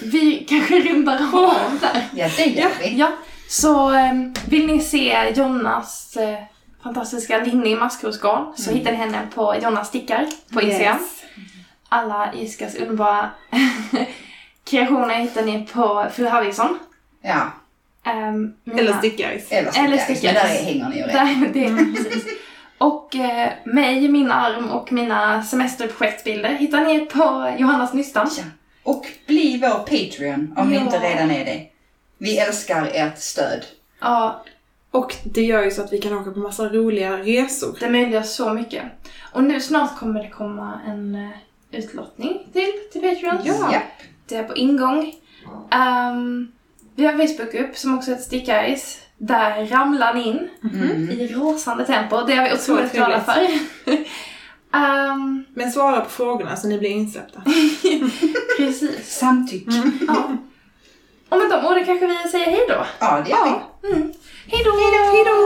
S3: vi (laughs) kanske rundar av där.
S2: Ja, det gör
S1: Ja.
S2: vi.
S3: Ja, så eh, vill ni se Jonas eh, fantastiska linne i maskrosgarn så hittar ni henne på Jonas Stickar på Instagram. Alla Iskas underbara (laughs) kreationer hittar ni på Fru Harvigsson.
S2: Ja,
S3: Ehm, mina-
S1: Eller stickaris.
S2: eller
S3: Eller
S2: stickar. Men
S3: stickar.
S2: där är- hänger ni ju rätt.
S3: (laughs) Nej, men det är precis. Och eh, mig, min arm och mina semesterprojektbilder hittar ni på Johannas Nystan.
S2: Ja. Och bli vår Patreon om
S3: Ja.
S2: ni inte redan är det. Vi älskar ert stöd.
S3: Ja,
S1: Och det gör ju så att vi kan åka på massa roliga resor.
S3: det möjliggör så mycket. Och nu snart kommer det komma en eh, utlottning till, till Patreon.
S1: Ja.
S2: Ja.
S3: Det är på ingång. Ehm, vi har en Facebookgrupp som också heter Stickaris. Där ramlar ni in
S1: Mm-hmm.
S2: Mm.
S3: i rasande tempo. Det är vi
S1: Så
S3: otroligt glada för. Ehm,
S1: Men svara på frågorna så ni blir insläppta.
S3: precis.
S2: Samtycke.
S1: Mm.
S3: Ja. Och med de orden kanske vi säger hej då.
S2: Ja, det gör vi.
S3: Hej då!
S1: Hej då!